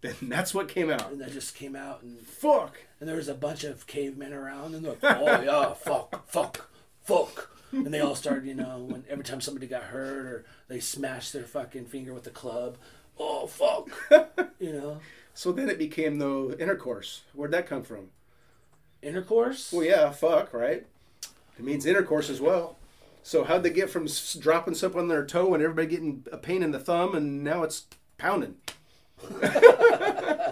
[SPEAKER 3] Then that's what came out.
[SPEAKER 2] and that just came out, and
[SPEAKER 3] Fuck.
[SPEAKER 2] and there was a bunch of cavemen around, and they're like, oh yeah, fuck, fuck, fuck, and they all started, you know, when every time somebody got hurt or they smashed their fucking finger with a club, oh fuck, you know,
[SPEAKER 3] So then it became though intercourse. Where'd that come from?
[SPEAKER 2] intercourse.
[SPEAKER 3] Well, yeah, fuck, right? It means intercourse as well. So how'd they get from s- dropping something on their toe and everybody getting a pain in the thumb and now it's pounding?
[SPEAKER 2] I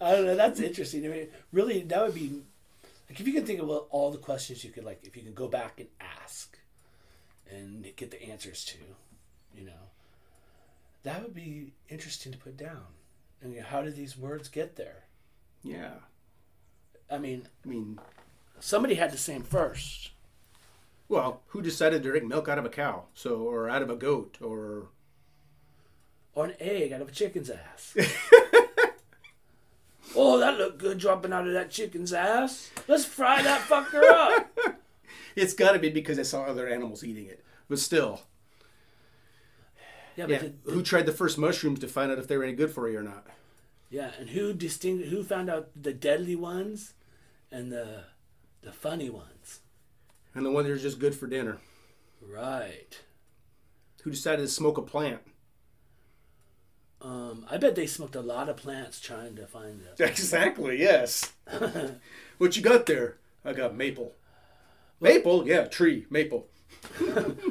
[SPEAKER 2] don't know. That's interesting. I mean, really, that would be like if you could think of what- all the questions you could like, if you could go back and ask and get the answers to, you know, that would be interesting to put down. And you know, how did these words get there?
[SPEAKER 3] Yeah.
[SPEAKER 2] I mean,
[SPEAKER 3] I mean,
[SPEAKER 2] somebody had to say 'em first.
[SPEAKER 3] well, who decided to drink milk out of a cow? So, or out of a goat, or
[SPEAKER 2] or an egg out of a chicken's ass. oh, that looked good dropping out of that chicken's ass. Let's fry that fucker up.
[SPEAKER 3] it's got to be because I saw other animals eating it. But still,
[SPEAKER 2] Yeah, but
[SPEAKER 3] yeah.
[SPEAKER 2] did-
[SPEAKER 3] who tried the first mushrooms to find out if they were any good for you or not?
[SPEAKER 2] Yeah, and who distinct who found out the deadly ones and the the funny ones?
[SPEAKER 3] and the one that's just good for dinner.
[SPEAKER 2] Right.
[SPEAKER 3] Who decided to smoke a plant?
[SPEAKER 2] Um, I bet they smoked a lot of plants trying to find them.
[SPEAKER 3] Exactly. Yes. what you got there? I got maple. Maple, yeah, tree, maple.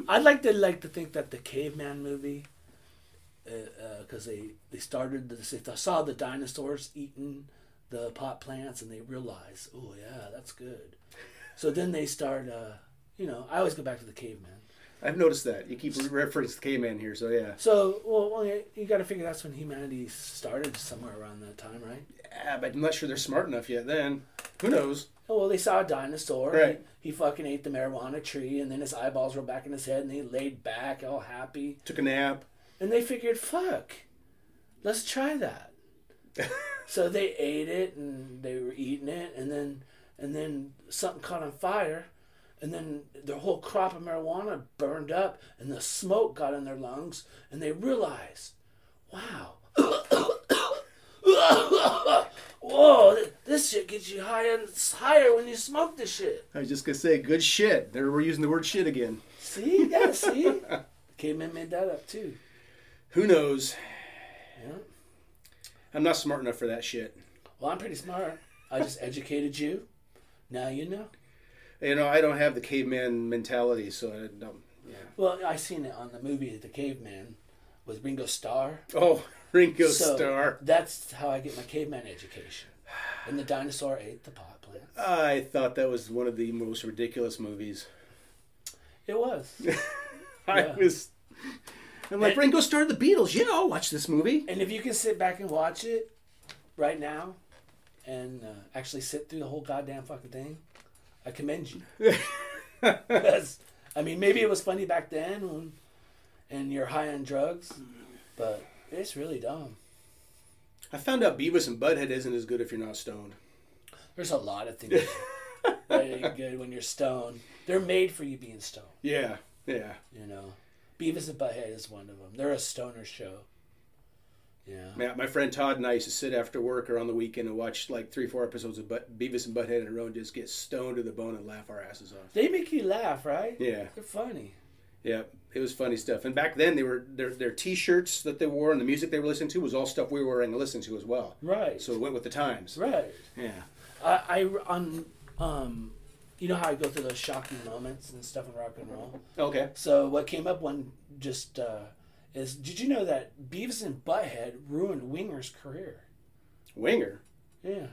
[SPEAKER 2] I'd like to like to think that the caveman movie, because they they started this, they saw the dinosaurs eating the pot plants and they realized, oh yeah, that's good. So then they start, uh, you know, I always go back to the caveman.
[SPEAKER 3] I've noticed that. You keep referencing the caveman here, so yeah,
[SPEAKER 2] So well, well you- you got to figure that's when humanity started somewhere around that time, right?
[SPEAKER 3] ah, but I'm not sure they're smart enough yet. Then who knows?
[SPEAKER 2] Oh, well, they saw a dinosaur.
[SPEAKER 3] Right.
[SPEAKER 2] He, he fucking ate the marijuana tree, and then his eyeballs were back in his head, and he laid back, all happy.
[SPEAKER 3] Took a nap.
[SPEAKER 2] and they figured, fuck, let's try that. so they ate it and they were eating it, and then and then something caught on fire, and then their whole crop of marijuana burned up, and the smoke got in their lungs, and they realized, wow. Whoa! th- This shit gets you high and it's higher when you smoke this shit.
[SPEAKER 3] I was just gonna say, good shit. There we're using the word shit again.
[SPEAKER 2] See, yeah, see, caveman made that up too.
[SPEAKER 3] Who knows?
[SPEAKER 2] Yeah.
[SPEAKER 3] I'm not smart enough for that shit.
[SPEAKER 2] Well, I'm pretty smart. I just educated you. Now you know.
[SPEAKER 3] You know, I don't have the caveman mentality, so I don't.
[SPEAKER 2] Well, I seen it on the movie The Caveman with Ringo Starr.
[SPEAKER 3] Oh, Ringo Starr.
[SPEAKER 2] That's how I get my caveman education. And the dinosaur ate the pot plant.
[SPEAKER 3] I thought that was one of the most ridiculous movies.
[SPEAKER 2] It was.
[SPEAKER 3] I
[SPEAKER 2] Yeah.
[SPEAKER 3] was. I'm like,
[SPEAKER 2] And-
[SPEAKER 3] Ringo Starr, the Beatles. Yeah, I'll watch this movie.
[SPEAKER 2] and if you can sit back and watch it right now, and uh, actually sit through the whole goddamn fucking thing, I commend you. Because, I mean, maybe it was funny back then, when, and you're high on drugs, but it's really dumb.
[SPEAKER 3] I found out Beavis and Butthead isn't as good if you're not stoned.
[SPEAKER 2] There's a lot of things that ain't good when you're stoned. They're made for you being stoned,
[SPEAKER 3] Yeah, yeah.
[SPEAKER 2] you know. Beavis and Butthead is one of them. They're a stoner show. Yeah.
[SPEAKER 3] My, my friend Todd and I used to sit after work or on the weekend and watch like three, four episodes of but- Beavis and Butthead in a row and just get stoned to the bone and laugh our asses off.
[SPEAKER 2] They make you laugh, right?
[SPEAKER 3] Yeah,
[SPEAKER 2] They're funny.
[SPEAKER 3] yeah. It was funny stuff. And back then, they were their their T-shirts that they wore and the music they were listening to was all stuff we were wearing and listening to as well.
[SPEAKER 2] Right.
[SPEAKER 3] So it went with the times.
[SPEAKER 2] right.
[SPEAKER 3] Yeah.
[SPEAKER 2] I, I on um you know how I go through those shocking moments and stuff in rock and roll.
[SPEAKER 3] Okay.
[SPEAKER 2] So what came up one just uh, is did you know that Beavis and Butthead ruined Winger's career?
[SPEAKER 3] Winger.
[SPEAKER 2] Yeah.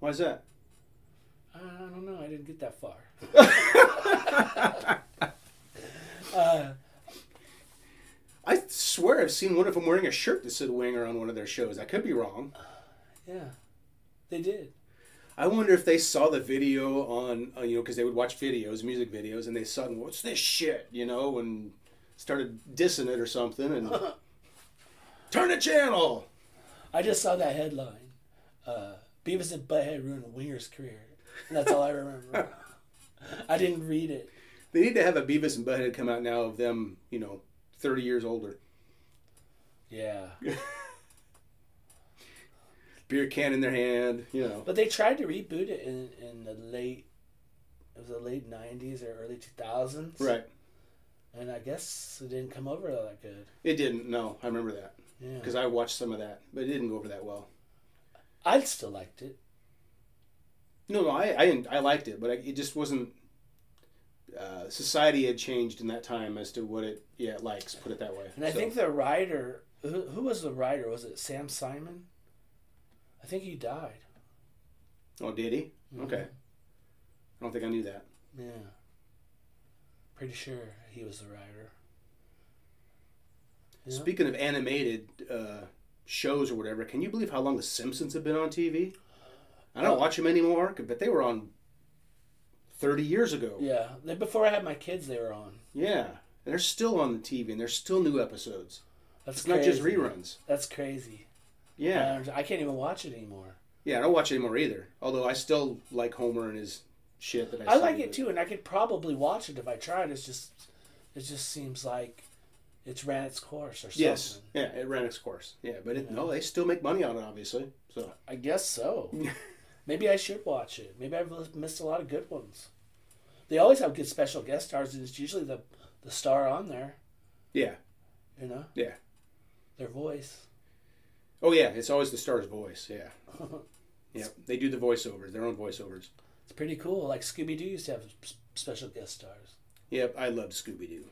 [SPEAKER 3] Why's that?
[SPEAKER 2] I don't know. I didn't get that far.
[SPEAKER 3] I swear I've seen one of them wearing a shirt that said Winger on one of their shows. I could be wrong.
[SPEAKER 2] Yeah, they did.
[SPEAKER 3] I wonder if they saw the video on, uh, you know, because they would watch videos, music videos, and they saw, it and, what's this shit, you know, and started dissing it or something and turn the channel.
[SPEAKER 2] I just saw that headline. Uh, Beavis and Butthead ruined Winger's career. And that's all I remember. I didn't read it.
[SPEAKER 3] They need to have a Beavis and Butthead come out now of them, you know, 30 years older.
[SPEAKER 2] Yeah.
[SPEAKER 3] Beer can in their hand, you know.
[SPEAKER 2] But they tried to reboot it in, in the late, it was the late 90s or early 2000s.
[SPEAKER 3] Right.
[SPEAKER 2] And I guess it didn't come over that good.
[SPEAKER 3] It didn't, no. I remember that
[SPEAKER 2] Yeah.
[SPEAKER 3] because I watched some of that, but it didn't go over that well.
[SPEAKER 2] I still liked it.
[SPEAKER 3] No, no, I, I, didn't- I liked it, but I, it just wasn't. Uh, society had changed in that time as to what it yeah it likes. Put it that way.
[SPEAKER 2] And I
[SPEAKER 3] So-
[SPEAKER 2] think the writer, who, who was the writer? Was it Sam Simon? I think he died.
[SPEAKER 3] Oh, did he?
[SPEAKER 2] Mm-hmm.
[SPEAKER 3] Okay. I don't think I knew that.
[SPEAKER 2] Yeah. Pretty sure he was the writer. Yeah.
[SPEAKER 3] Speaking of animated uh, shows or whatever, can you believe how long The Simpsons have been on TV? I don't
[SPEAKER 2] Oh.
[SPEAKER 3] watch them anymore, but they were on thirty years ago. Yeah.
[SPEAKER 2] Yeah, they, before I had my kids, they were on.
[SPEAKER 3] And they're still on the TV, and there's still new episodes.
[SPEAKER 2] That's
[SPEAKER 3] It's
[SPEAKER 2] crazy. Uh,
[SPEAKER 3] not just reruns.
[SPEAKER 2] That's crazy.
[SPEAKER 3] Yeah.
[SPEAKER 2] I, don't- I can't even watch it anymore.
[SPEAKER 3] Yeah, I don't watch it anymore either. Although I still like Homer and his shit that I.
[SPEAKER 2] I
[SPEAKER 3] see,
[SPEAKER 2] like it
[SPEAKER 3] but-
[SPEAKER 2] too, and I could probably watch it if I tried. It's just, it just seems like it's ran its course or something.
[SPEAKER 3] Yes. Yeah, it ran its course. Yeah, but it, no, they still make money on it, obviously. So
[SPEAKER 2] I guess so.
[SPEAKER 3] Mm.
[SPEAKER 2] Maybe I should watch it. Maybe I've lis- missed a lot of good ones. They always have good special guest stars, and it's usually the the star on there.
[SPEAKER 3] yeah,
[SPEAKER 2] You know,
[SPEAKER 3] yeah.
[SPEAKER 2] their voice.
[SPEAKER 3] Oh yeah, it's always the star's voice. Yeah. Yeah, they do the voiceovers, their own voiceovers.
[SPEAKER 2] It's pretty cool. Like Scooby Doo used to have s- special guest stars.
[SPEAKER 3] Yep, I loved Scooby Doo,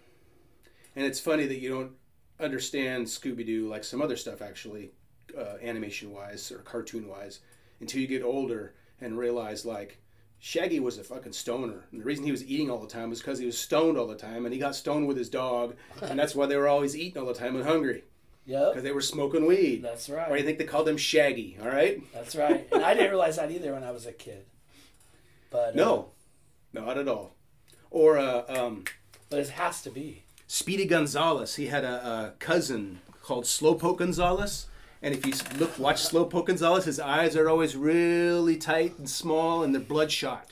[SPEAKER 3] and it's funny that you don't understand Scooby Doo like some other stuff actually, uh, animation wise or cartoon wise, until you get older and realize like Shaggy was a fucking stoner, and the reason he was eating all the time was because he was stoned all the time, and he got stoned with his dog, and that's why they were always eating all the time and hungry because
[SPEAKER 2] Yep,
[SPEAKER 3] they were smoking weed.
[SPEAKER 2] that's
[SPEAKER 3] Why do
[SPEAKER 2] right.
[SPEAKER 3] you think they called him Shaggy? All right,
[SPEAKER 2] That's right. And I didn't realize that either when I was a kid. But uh,
[SPEAKER 3] no, not at all. Or uh, um,
[SPEAKER 2] but it has to be.
[SPEAKER 3] Speedy Gonzalez. He had a, a cousin called Slowpoke Gonzalez. And if you s- look, watch Slowpoke Gonzalez, his eyes are always really tight and small, and they're bloodshot.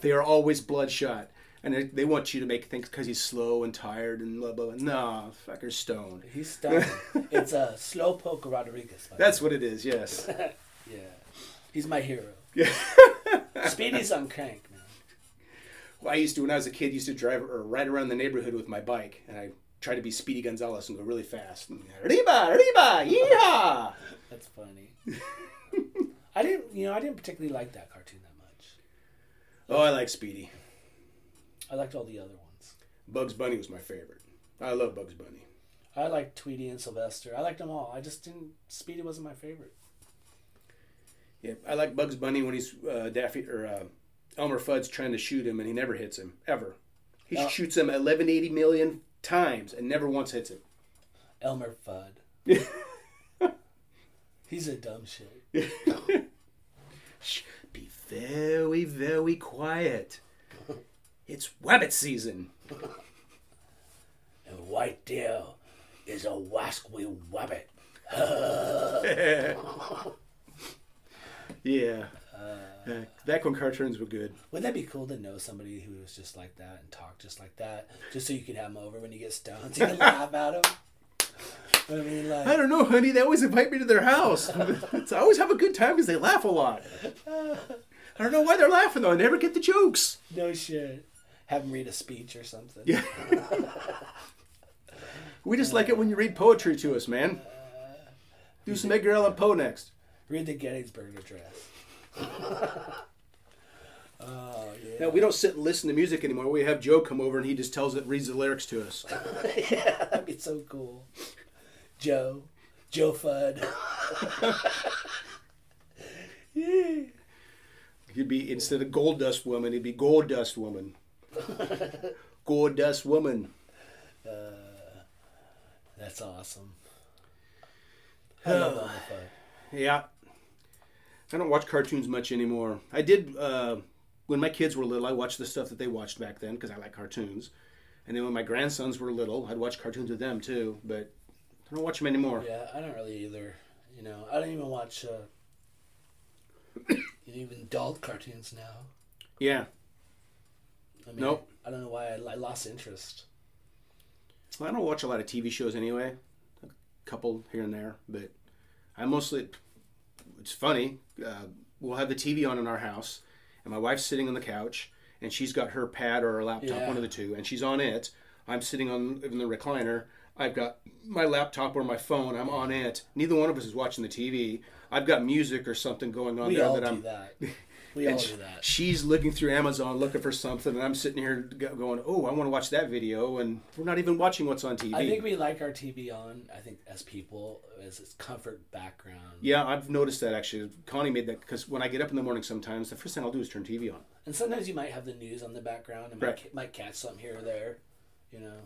[SPEAKER 3] they are always bloodshot, and they, they want you to make things because he's slow and tired and blah blah. blah. Nah, fucker's stoned.
[SPEAKER 2] He's stunning. it's a slow poke Rodriguez. by the
[SPEAKER 3] That's what it is. Yes.
[SPEAKER 2] way. yeah. He's my hero.
[SPEAKER 3] Yeah.
[SPEAKER 2] Speedy's on crank, man.
[SPEAKER 3] Well, I used to when I was a kid used to drive or ride around the neighborhood with my bike, and I tried to be Speedy Gonzalez and go really fast. And, Arriba, arriba, yeehaw!
[SPEAKER 2] That's funny. I didn't, you know, I didn't particularly like that cartoon that much.
[SPEAKER 3] Oh, I like Speedy.
[SPEAKER 2] I liked all the other ones.
[SPEAKER 3] Bugs Bunny was my favorite. I love Bugs Bunny.
[SPEAKER 2] I liked Tweety and Sylvester. I liked them all. I just didn't. Speedy wasn't my favorite.
[SPEAKER 3] Yeah, I like Bugs Bunny when he's uh, Daffy or uh, Elmer Fudd's trying to shoot him, and he never hits him ever. He
[SPEAKER 2] Oh.
[SPEAKER 3] shoots him eleven eighty million times and never once hits him.
[SPEAKER 2] Elmer Fudd. He's a dumb shit.
[SPEAKER 3] Shh, be very, very quiet. It's rabbit season.
[SPEAKER 2] And White Deer is a wascally wabbit.
[SPEAKER 3] Yeah. Uh, back when cartoons were good.
[SPEAKER 2] Wouldn't that be cool to know somebody who was just like that and talk just like that, just so you could have them over when you get stoned, so you can laugh at them? I mean,
[SPEAKER 3] I
[SPEAKER 2] like,
[SPEAKER 3] don't know, honey. They always invite me to their house. It's- I always have a good time because they laugh a lot. I don't know why they're laughing though. I never get the jokes.
[SPEAKER 2] no shit. Have them read a speech or something.
[SPEAKER 3] We just like it when you read poetry to us, man. Do some Edgar Allan Poe next.
[SPEAKER 2] Read the Gettysburg Address. oh yeah.
[SPEAKER 3] Now we don't sit and listen to music anymore. We have Joe come over and he just tells it, reads the lyrics to us.
[SPEAKER 2] yeah, that'd be so cool. Joe, Joe Fudd. yeah.
[SPEAKER 3] He'd be instead of Gold Dust Woman, he'd be Gold Dust Woman. Gold Dust Woman.
[SPEAKER 2] That's awesome. I love Elmer Fudd.
[SPEAKER 3] Yeah. I don't watch cartoons much anymore. I did uh, when my kids were little. I watched the stuff that they watched back then because I like cartoons. And then when my grandsons were little, I'd watch cartoons with them too. But I don't watch them anymore.
[SPEAKER 2] Yeah, I don't really either. You know, I don't even watch uh, even adult cartoons now.
[SPEAKER 3] Yeah.
[SPEAKER 2] I mean,
[SPEAKER 3] Nope.
[SPEAKER 2] I don't know why I, I lost interest.
[SPEAKER 3] Well, I don't watch a lot of TV shows anyway. A couple here and there, but I mostly. It's funny. Uh, we'll have the TV on in our house, and my wife's sitting on the couch, and she's got her pad or her laptop,
[SPEAKER 2] Yeah.
[SPEAKER 3] one of the two, and she's on it. I'm sitting on in the recliner. I've got my laptop or my phone. I'm on it. Neither one of us is watching the TV. I've got music or something going on
[SPEAKER 2] We
[SPEAKER 3] there
[SPEAKER 2] all
[SPEAKER 3] that
[SPEAKER 2] do
[SPEAKER 3] I'm.
[SPEAKER 2] that. We
[SPEAKER 3] and
[SPEAKER 2] all
[SPEAKER 3] sh-
[SPEAKER 2] do that.
[SPEAKER 3] She's looking through Amazon looking for something, and I'm sitting here go- going, "Oh, I want to watch that video," and we're not even watching what's on TV.
[SPEAKER 2] I think we like our TV on. I think as people, as its comfort background.
[SPEAKER 3] Yeah, I've noticed that actually. Connie made that because when I get up in the morning, sometimes the first thing I'll do is turn TV on.
[SPEAKER 2] And sometimes you might have the news on the background and
[SPEAKER 3] Right.
[SPEAKER 2] might, might catch something here or there. You know,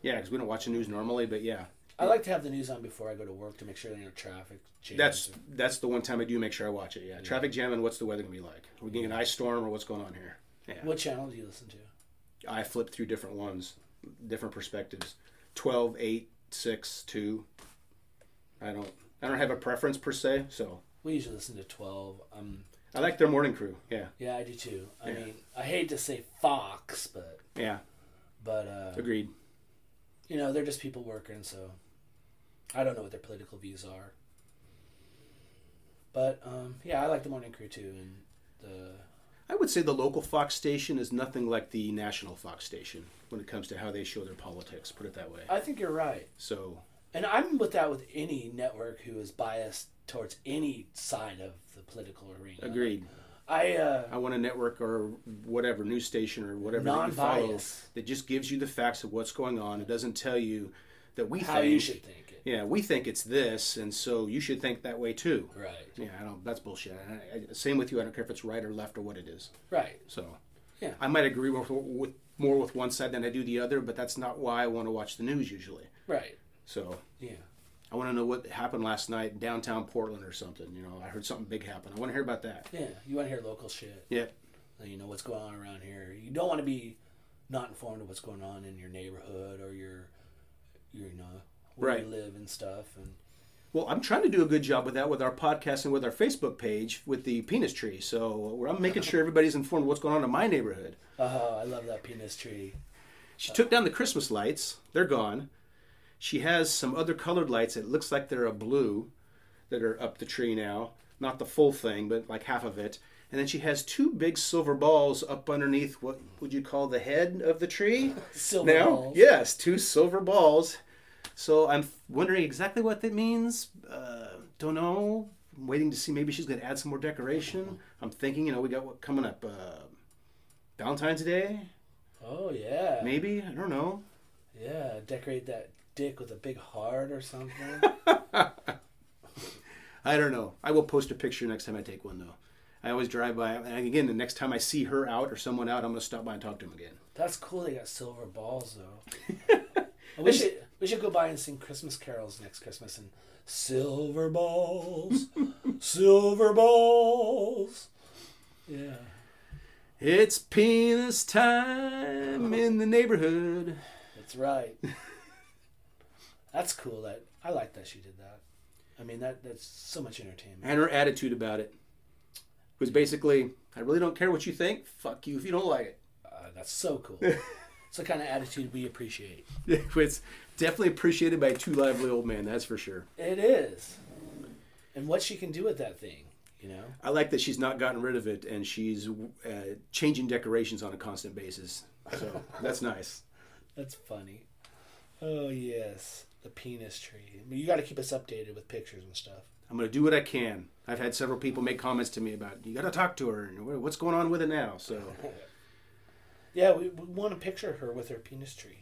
[SPEAKER 3] Yeah, because we don't watch the news normally, but yeah,
[SPEAKER 2] I like to have the news on before I go to work to make sure there are no traffic jams.
[SPEAKER 3] that's
[SPEAKER 2] or-
[SPEAKER 3] that's the one time I do make sure I watch it. Yeah, traffic jam and what's the weather gonna be like? Are we getting an ice storm or what's going on here? Yeah,
[SPEAKER 2] what channel do you listen to?
[SPEAKER 3] I flip through different ones, different perspectives. 12, 8, 6, 2. I don't I don't have a preference per se, so
[SPEAKER 2] We usually listen to twelve. Um,
[SPEAKER 3] I like their morning crew. Yeah,
[SPEAKER 2] yeah, I do too. I mean, I hate to say Fox, but
[SPEAKER 3] yeah,
[SPEAKER 2] but uh,
[SPEAKER 3] agreed.
[SPEAKER 2] you know they're just people working, so I don't know what their political views are. But um, yeah, I like the morning crew too, and the
[SPEAKER 3] I would say the local Fox station is nothing like the national Fox station when it comes to how they show their politics, put it that way.
[SPEAKER 2] I think you're right.
[SPEAKER 3] So,
[SPEAKER 2] And I'm with that with any network who is biased towards any side of the political arena.
[SPEAKER 3] agreed.
[SPEAKER 2] I uh,
[SPEAKER 3] I want a network or whatever, news station or whatever that you follow
[SPEAKER 2] Non-bias.
[SPEAKER 3] that just gives you the facts of what's going on. It doesn't tell you that we
[SPEAKER 2] how
[SPEAKER 3] think,
[SPEAKER 2] you should think it.
[SPEAKER 3] yeah, we think it's this, and so you should think that way too.
[SPEAKER 2] Right.
[SPEAKER 3] Yeah, I don't, that's bullshit. I, I, same with you. I don't care if it's right or left or what it is.
[SPEAKER 2] Right.
[SPEAKER 3] So,
[SPEAKER 2] Yeah.
[SPEAKER 3] I might agree with, with more with one side than I do the other, but that's not why I want to watch the news usually.
[SPEAKER 2] Right.
[SPEAKER 3] So,
[SPEAKER 2] Yeah.
[SPEAKER 3] I want to know what happened last night in downtown Portland or something. You know, I heard something big happen. I want to hear about that.
[SPEAKER 2] Yeah. You want to hear local shit.
[SPEAKER 3] Yeah.
[SPEAKER 2] So You know what's going on around here. You don't want to be not informed of what's going on in your neighborhood or your, your you know, where
[SPEAKER 3] Right.
[SPEAKER 2] we live and stuff. And
[SPEAKER 3] Well, I'm trying to do a good job with that with our podcast and with our Facebook page with the penis tree. So we're- I'm making sure everybody's informed what's going on in my neighborhood.
[SPEAKER 2] oh, I love that penis tree.
[SPEAKER 3] She took down the Christmas lights. They're gone. She has some other colored lights that looks like they're a blue that are up the tree now. Not the full thing, but like half of it. And then she has two big silver balls up underneath what would you call the head of the tree?
[SPEAKER 2] Silver
[SPEAKER 3] now?
[SPEAKER 2] balls.
[SPEAKER 3] Yes, two silver balls. So I'm wondering exactly what that means. Uh, don't know. I'm waiting to see. Maybe she's going to add some more decoration. I'm thinking, you know, we got what coming up? Uh, Valentine's Day?
[SPEAKER 2] Oh yeah,
[SPEAKER 3] Maybe? I don't know.
[SPEAKER 2] yeah. Decorate that dick with a big heart or something.
[SPEAKER 3] I don't know. I will post a picture next time I take one though. I always drive by, and again, the next time I see her out or someone out, I'm gonna stop by and talk to him again.
[SPEAKER 2] That's cool. They got silver balls though. we should we should go by and sing Christmas carols next Christmas and silver balls, silver balls. Yeah.
[SPEAKER 3] It's penis time in the neighborhood.
[SPEAKER 2] That's right. that's cool. That I like that she did that. I mean that that's so much entertainment.
[SPEAKER 3] And her attitude about it was basically, I really don't care what you think. Fuck you if you don't like
[SPEAKER 2] Uh, that's so cool. it's the kind of attitude we appreciate.
[SPEAKER 3] it. it's definitely appreciated by two lively old men, that's for sure.
[SPEAKER 2] It is, and what she can do with that thing, you know.
[SPEAKER 3] I like that she's not gotten rid of it and she's uh, changing decorations on a constant basis. So that's nice.
[SPEAKER 2] That's funny. Oh yes, the penis tree. I mean, you got to keep us updated with pictures and stuff.
[SPEAKER 3] I'm going to do what I can. I've had several people make comments to me about you got to talk to her and wh- what's going on with it now. So
[SPEAKER 2] Yeah, we, we want to picture her with her penis tree.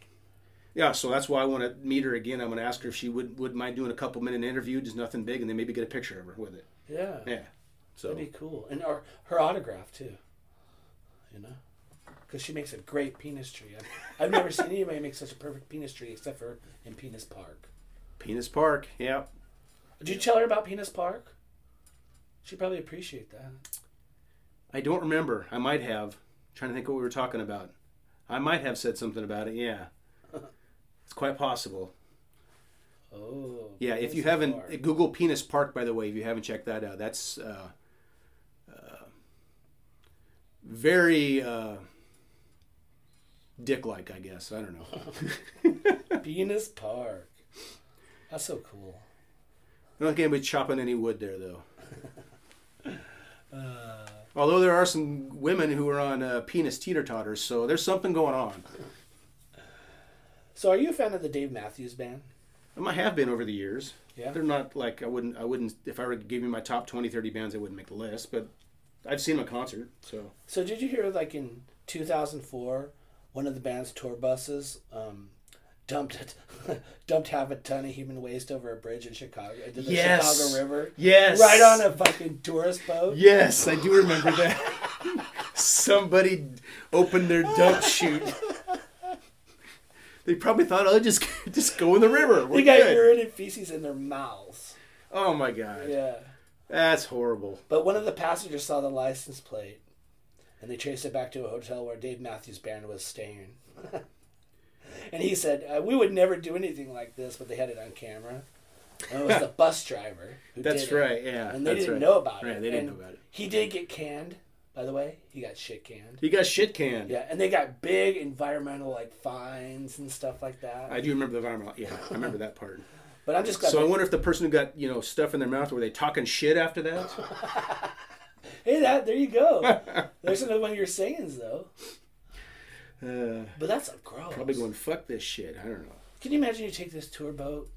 [SPEAKER 3] yeah, so that's why I want to meet her again. I'm going to ask her if she would would mind doing a couple minute interview, just nothing big, and then maybe get a picture of her with it.
[SPEAKER 2] Yeah,
[SPEAKER 3] Yeah. So
[SPEAKER 2] that'd be cool, and our, her autograph too. You know, because she makes a great penis tree. I've, I've never seen anybody make such a perfect penis tree except for in Penis Park.
[SPEAKER 3] Penis Park. Yeah.
[SPEAKER 2] Did you tell her about Penis Park? She'd probably appreciate that.
[SPEAKER 3] I don't remember. I might have. trying to think what we were talking about. I might have said something about it. Yeah. It's quite possible.
[SPEAKER 2] Oh.
[SPEAKER 3] Yeah, if you
[SPEAKER 2] Penis
[SPEAKER 3] haven't
[SPEAKER 2] Park.
[SPEAKER 3] Google Penis Park, by the way, if you haven't checked that out, that's uh, uh, very uh, dick-like, I guess. I don't know.
[SPEAKER 2] Penis Park. That's so cool.
[SPEAKER 3] I don't think anybody's chopping any wood there, though. Although there are some women who are on uh, penis teeter totters, so there's something going on.
[SPEAKER 2] So, are you a fan of the Dave Matthews Band?
[SPEAKER 3] I might have been over the years.
[SPEAKER 2] Yeah.
[SPEAKER 3] They're not like I wouldn't. I wouldn't. If I were to give you my top 20, 30 bands, I wouldn't make the list. But I've seen them at concert, so
[SPEAKER 2] So did you hear like in 2004, one of the band's tour buses um, dumped dumped half a ton of human waste over a bridge in Chicago into the
[SPEAKER 3] Yes.
[SPEAKER 2] Chicago River,
[SPEAKER 3] yes,
[SPEAKER 2] right on a fucking tourist boat.
[SPEAKER 3] Yes, I do remember that. Somebody opened their dump chute. They probably thought, "Oh, just just go in the river." We're
[SPEAKER 2] They got
[SPEAKER 3] good."
[SPEAKER 2] urine and feces in their mouths.
[SPEAKER 3] Oh my god,
[SPEAKER 2] Yeah,
[SPEAKER 3] that's horrible.
[SPEAKER 2] but one of the passengers saw the license plate, and they traced it back to a hotel where Dave Matthews Band was staying. and he said, uh, "We would never do anything like this," but they had it on camera. And it was the bus driver who
[SPEAKER 3] That's
[SPEAKER 2] did it.
[SPEAKER 3] right. Yeah,
[SPEAKER 2] and they
[SPEAKER 3] that's
[SPEAKER 2] didn't
[SPEAKER 3] right.
[SPEAKER 2] know about it.
[SPEAKER 3] Right, they didn't
[SPEAKER 2] And
[SPEAKER 3] know about it.
[SPEAKER 2] He did get canned, by the way. He got shit canned.
[SPEAKER 3] You got shit canned.
[SPEAKER 2] Yeah, and they got big environmental like fines and stuff like that.
[SPEAKER 3] I do remember the environmental. Yeah, I remember that part.
[SPEAKER 2] but I'm just glad.
[SPEAKER 3] So I wonder if the person who got you know stuff in their mouth were they talking shit after that?
[SPEAKER 2] hey, that there you go. There's another one of your sayings though.
[SPEAKER 3] Uh,
[SPEAKER 2] But that's gross.
[SPEAKER 3] probably going fuck this shit. I don't know.
[SPEAKER 2] Can you imagine you take this tour boat?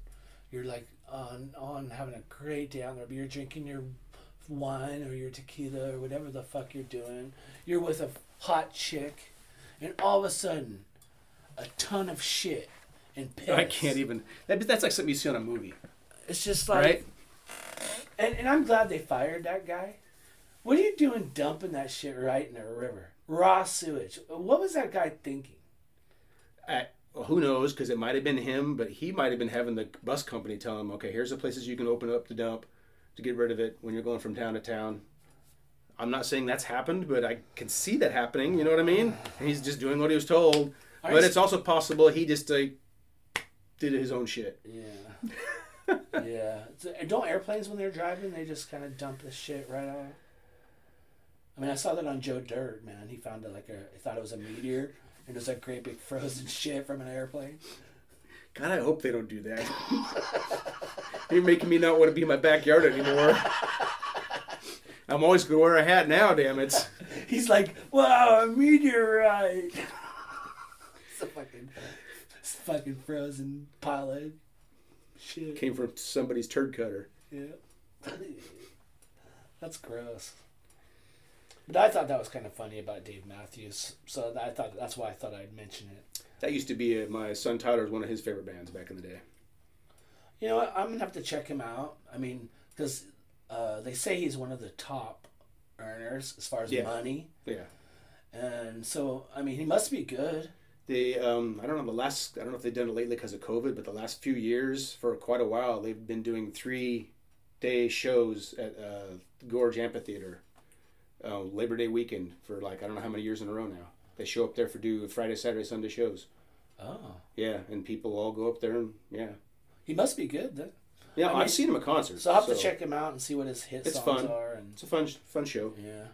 [SPEAKER 2] You're like on on having a great day on there, but you're drinking your wine or your tequila or whatever the fuck you're doing. You're with a hot chick, and all of a sudden, a ton of shit and piss.
[SPEAKER 3] I can't even. That, that's like something you see on a movie,
[SPEAKER 2] It's just like,
[SPEAKER 3] right?
[SPEAKER 2] and, and I'm glad they fired that guy. What are you doing dumping that shit right in the river? Raw sewage. What was that guy thinking?
[SPEAKER 3] I, well, who knows? Because it might have been him, but he might have been having the bus company tell him, "Okay, here's the places you can open up the dump to get rid of it when you're going from town to town." I'm not saying that's happened, but I can see that happening. You know what I mean? And he's just doing what he was told.
[SPEAKER 2] Are
[SPEAKER 3] but
[SPEAKER 2] you-
[SPEAKER 3] it's also possible he just like did his own shit.
[SPEAKER 2] Yeah. yeah. So, don't airplanes when they're driving, they just kind of dump this shit right out? I mean, I saw that on Joe Dirt, man. He found it like a, he thought it was a meteor, and it was like great big frozen shit from an airplane.
[SPEAKER 3] God, I hope they don't do that. You're making me not want to be in my backyard anymore. I'm always gonna wear a hat now, damn it.
[SPEAKER 2] He's like, wow, a meteorite. it's a fucking, it's a fucking frozen pile of shit.
[SPEAKER 3] Came from somebody's turd cutter.
[SPEAKER 2] Yeah. That's gross. But I thought that was kind of funny about Dave Matthews, so I thought that's why I thought I'd mention it.
[SPEAKER 3] That used to be uh, my son Tyler's one of his favorite bands back in the day.
[SPEAKER 2] You know, what? I'm gonna have to check him out. I mean, because uh, they say he's one of the top earners as far as
[SPEAKER 3] Yeah.
[SPEAKER 2] money,
[SPEAKER 3] Yeah.
[SPEAKER 2] and so I mean, he must be good.
[SPEAKER 3] They, um, I don't know the last. I don't know if they've done it lately because of COVID, but the last few years, for quite a while, they've been doing three-day shows at uh, Gorge Amphitheater, uh, Labor Day weekend for like I don't know how many years in a row now. They show up there for do Friday, Saturday, Sunday shows.
[SPEAKER 2] Oh,
[SPEAKER 3] Yeah, and people all go up there and yeah,
[SPEAKER 2] he must be good then.
[SPEAKER 3] yeah.
[SPEAKER 2] I
[SPEAKER 3] I
[SPEAKER 2] mean-
[SPEAKER 3] have seen him at concerts.
[SPEAKER 2] So I'll have to check him out and see what his hit
[SPEAKER 3] It's
[SPEAKER 2] songs
[SPEAKER 3] fun.
[SPEAKER 2] are. And
[SPEAKER 3] It's a fun, fun show.
[SPEAKER 2] yeah,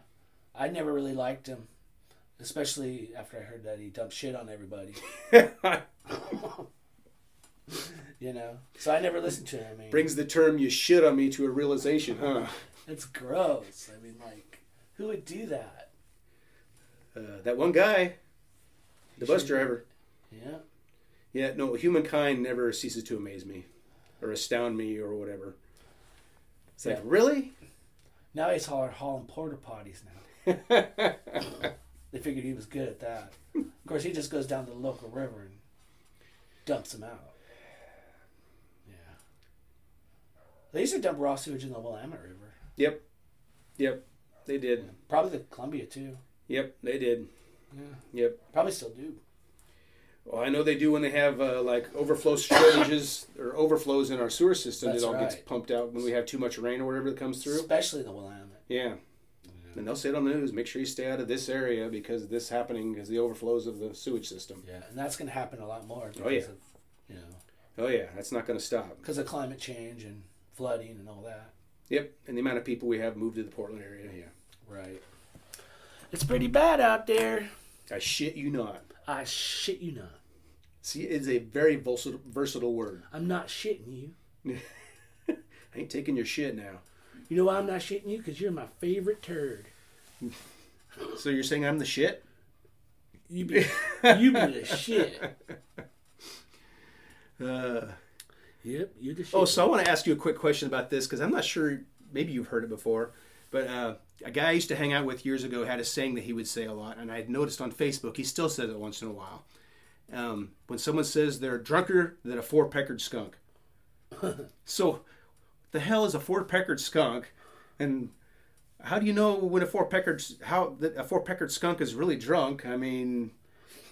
[SPEAKER 2] I never really liked him, especially after I heard that he dumped shit on everybody. you know, so I never listened to him. I mean,
[SPEAKER 3] Brings the term "you shit on me" to a realization, huh?
[SPEAKER 2] That's gross. I mean, like, who would do that?
[SPEAKER 3] Uh, that one guy, the bus
[SPEAKER 2] Shit.
[SPEAKER 3] driver.
[SPEAKER 2] Yeah.
[SPEAKER 3] Yeah, no, humankind never ceases to amaze me or astound me or whatever. It's like,
[SPEAKER 2] Yeah.
[SPEAKER 3] really?
[SPEAKER 2] Now he's hauling, hauling porta potties now. They figured he was good at that. Of course, he just goes down to the local river and dumps them out. Yeah. They used to dump raw sewage in the Willamette River.
[SPEAKER 3] yep. Yep. They did.
[SPEAKER 2] Probably the Columbia, too.
[SPEAKER 3] Yep, they did.
[SPEAKER 2] Yeah.
[SPEAKER 3] Yep.
[SPEAKER 2] Probably still do.
[SPEAKER 3] Well, I know they do when they have uh, like overflow shortages or overflows in our sewer system.
[SPEAKER 2] That's
[SPEAKER 3] it all gets
[SPEAKER 2] right.
[SPEAKER 3] pumped out when we have too much rain or whatever that comes through.
[SPEAKER 2] Especially the Willamette.
[SPEAKER 3] Yeah. And they'll say it on the news, make sure you stay out of this area because this is happening because the overflows of the sewage system.
[SPEAKER 2] Yeah. Oh, And that's going to happen a lot more because
[SPEAKER 3] yeah.
[SPEAKER 2] of, you know,
[SPEAKER 3] Oh yeah, that's not going to stop.
[SPEAKER 2] because of climate change and flooding and all that.
[SPEAKER 3] Yep, and the amount of people we have moved to the Portland area. Yeah,
[SPEAKER 2] Right. It's pretty bad out there.
[SPEAKER 3] I shit you not.
[SPEAKER 2] I shit you not.
[SPEAKER 3] See, it's a very versatile, versatile word.
[SPEAKER 2] I'm not shitting you.
[SPEAKER 3] I ain't taking your shit now.
[SPEAKER 2] You know why I'm not shitting you? Because you're my favorite turd.
[SPEAKER 3] So you're saying I'm the shit?
[SPEAKER 2] You be, you be the shit.
[SPEAKER 3] Uh,
[SPEAKER 2] Yep, you're the shit.
[SPEAKER 3] oh, so I want to ask you a quick question about this because I'm not sure. Maybe you've heard it before, but uh, a guy I used to hang out with years ago had a saying that he would say a lot, and I had noticed on Facebook he still says it once in a while. Um, when someone says they're drunker than a four-peckered skunk, so the hell is a four-peckered skunk, and how do you know when a four-peckered how that a four-peckered skunk is really drunk? I mean,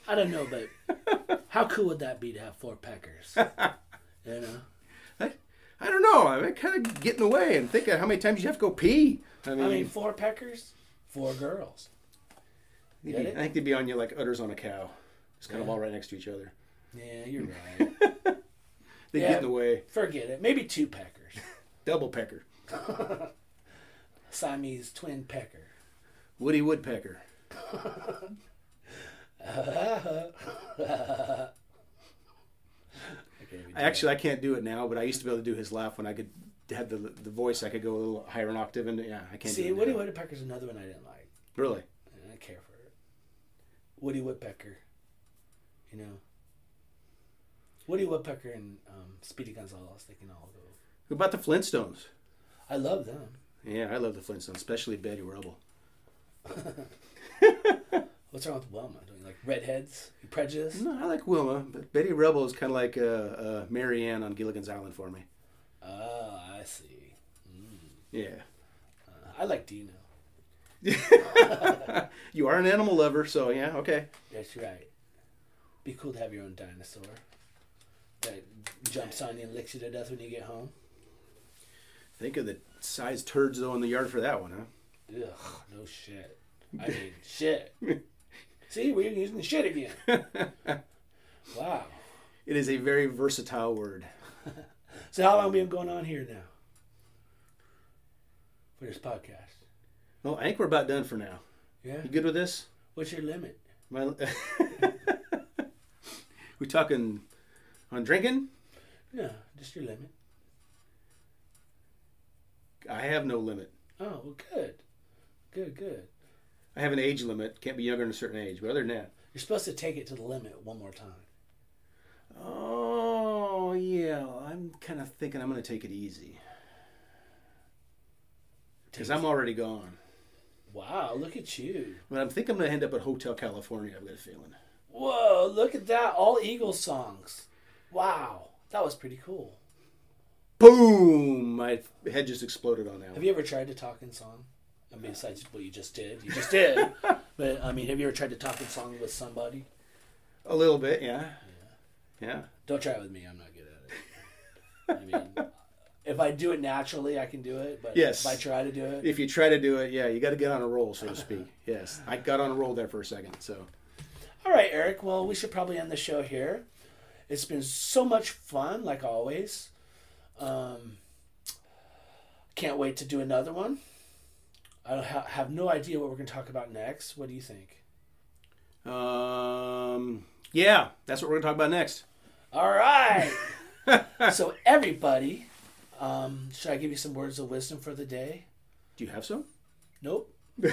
[SPEAKER 2] I don't know, but how cool would that be to have four peckers? You know?
[SPEAKER 3] I, I don't know. I mean, kind of getting away and thinking how many times you have to go pee. I mean,
[SPEAKER 2] I mean, four peckers, four girls.
[SPEAKER 3] they'd
[SPEAKER 2] get
[SPEAKER 3] be-
[SPEAKER 2] it?
[SPEAKER 3] I think they'd be on you like udders on a cow. It's kind of all right next to each other.
[SPEAKER 2] Yeah, you're right.
[SPEAKER 3] They
[SPEAKER 2] Yeah.
[SPEAKER 3] get in the way.
[SPEAKER 2] Forget it. Maybe two peckers.
[SPEAKER 3] Double pecker.
[SPEAKER 2] Siamese twin pecker.
[SPEAKER 3] Woody Woodpecker.
[SPEAKER 2] Okay, we
[SPEAKER 3] I actually, I can't do it now, but I used to be able to do his laugh when I could have the the voice. I could go a little higher an octave, and yeah, I can't.
[SPEAKER 2] See,
[SPEAKER 3] do it
[SPEAKER 2] Woody
[SPEAKER 3] now.
[SPEAKER 2] Woodpecker's another one I didn't like.
[SPEAKER 3] Really?
[SPEAKER 2] I didn't care for it. Woody Woodpecker. You know. Woody Woodpecker and um, Speedy Gonzalez, they can all go.
[SPEAKER 3] Who about the Flintstones?
[SPEAKER 2] I love them.
[SPEAKER 3] Yeah, I love the Flintstones, especially Betty Rubble.
[SPEAKER 2] What's wrong with Wilma? Don't you like redheads? You prejudiced?
[SPEAKER 3] No, I like Wilma, but Betty Rubble is kind of like uh, uh, Mary Ann on Gilligan's Island for me.
[SPEAKER 2] Oh, I see.
[SPEAKER 3] Yeah.
[SPEAKER 2] Uh, I like Dino.
[SPEAKER 3] You are an animal lover, so yeah, okay.
[SPEAKER 2] That's right. Be cool to have your own dinosaur that jumps on you and licks you to death when you get home.
[SPEAKER 3] Think of the size turds though in the yard for that one, huh?
[SPEAKER 2] Ugh, no shit. I mean, shit. See, we're using the shit again. Wow.
[SPEAKER 3] It is a very versatile word.
[SPEAKER 2] So how long we been going on here now for this podcast?
[SPEAKER 3] Well, I think we're about done for now.
[SPEAKER 2] Yeah.
[SPEAKER 3] You good with this?
[SPEAKER 2] What's your limit?
[SPEAKER 3] My... we talking on drinking?
[SPEAKER 2] No, just your limit.
[SPEAKER 3] I have no limit.
[SPEAKER 2] Oh, well, good, good, good.
[SPEAKER 3] I have an age limit. Can't be younger than a certain age. But other than that,
[SPEAKER 2] You're supposed to take it to the limit one more time.
[SPEAKER 3] oh yeah, I'm kind of thinking I'm gonna take it easy because I'm already gone.
[SPEAKER 2] Wow, look at you.
[SPEAKER 3] But I'm thinking I'm gonna end up at Hotel California. I've got a feeling.
[SPEAKER 2] Whoa, look at that. All Eagles songs. Wow, that was pretty cool.
[SPEAKER 3] Boom! My head just exploded on that.
[SPEAKER 2] Have
[SPEAKER 3] One.
[SPEAKER 2] you ever tried to talk in song? I mean, besides what you just did, you just did. but I mean, have you ever tried to talk in song with somebody?
[SPEAKER 3] A little bit, yeah. Yeah.
[SPEAKER 2] Don't try it with me. I'm not good at it. I mean, if I do it naturally, I can do it. But
[SPEAKER 3] Yes.
[SPEAKER 2] if I try to do it,
[SPEAKER 3] If you try to do it, yeah, you got to get on a roll, so to speak. Yes, I got on a roll there for a second. So
[SPEAKER 2] all right, Eric. Well, we should probably end the show here. It's been so much fun, like always. Um, can't wait to do another one. I don't ha- have no idea what we're going to talk about next. What do you think?
[SPEAKER 3] Um, yeah, that's what we're going to talk about next.
[SPEAKER 2] All right. so everybody, um, should I give you some words of wisdom for the day?
[SPEAKER 3] Do you have some?
[SPEAKER 2] Nope.
[SPEAKER 3] Be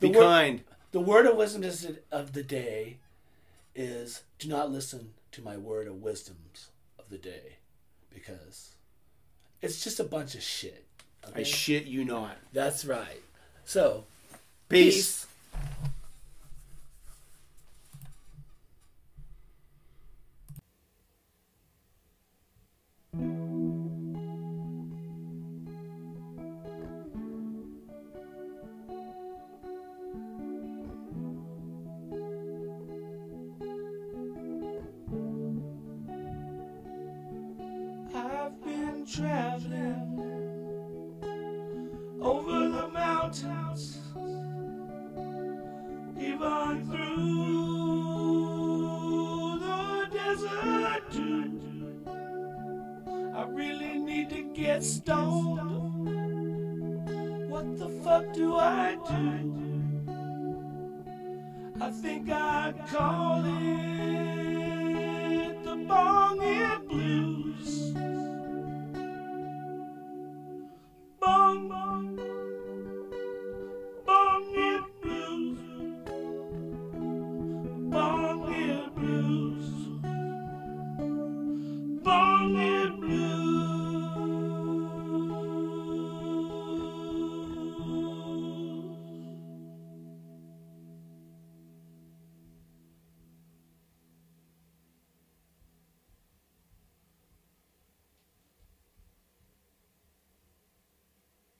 [SPEAKER 2] wor-
[SPEAKER 3] kind.
[SPEAKER 2] The word of wisdom is- of the day is do not listen to my word of wisdoms of the day because it's just a bunch of shit.
[SPEAKER 3] I shit you not.
[SPEAKER 2] That's right. So,
[SPEAKER 3] Peace.
[SPEAKER 2] peace.
[SPEAKER 1] I've been traveling over the mountains, even through the desert. too. I really need to get stoned. What the fuck do I do? I think I call it the bong and blues.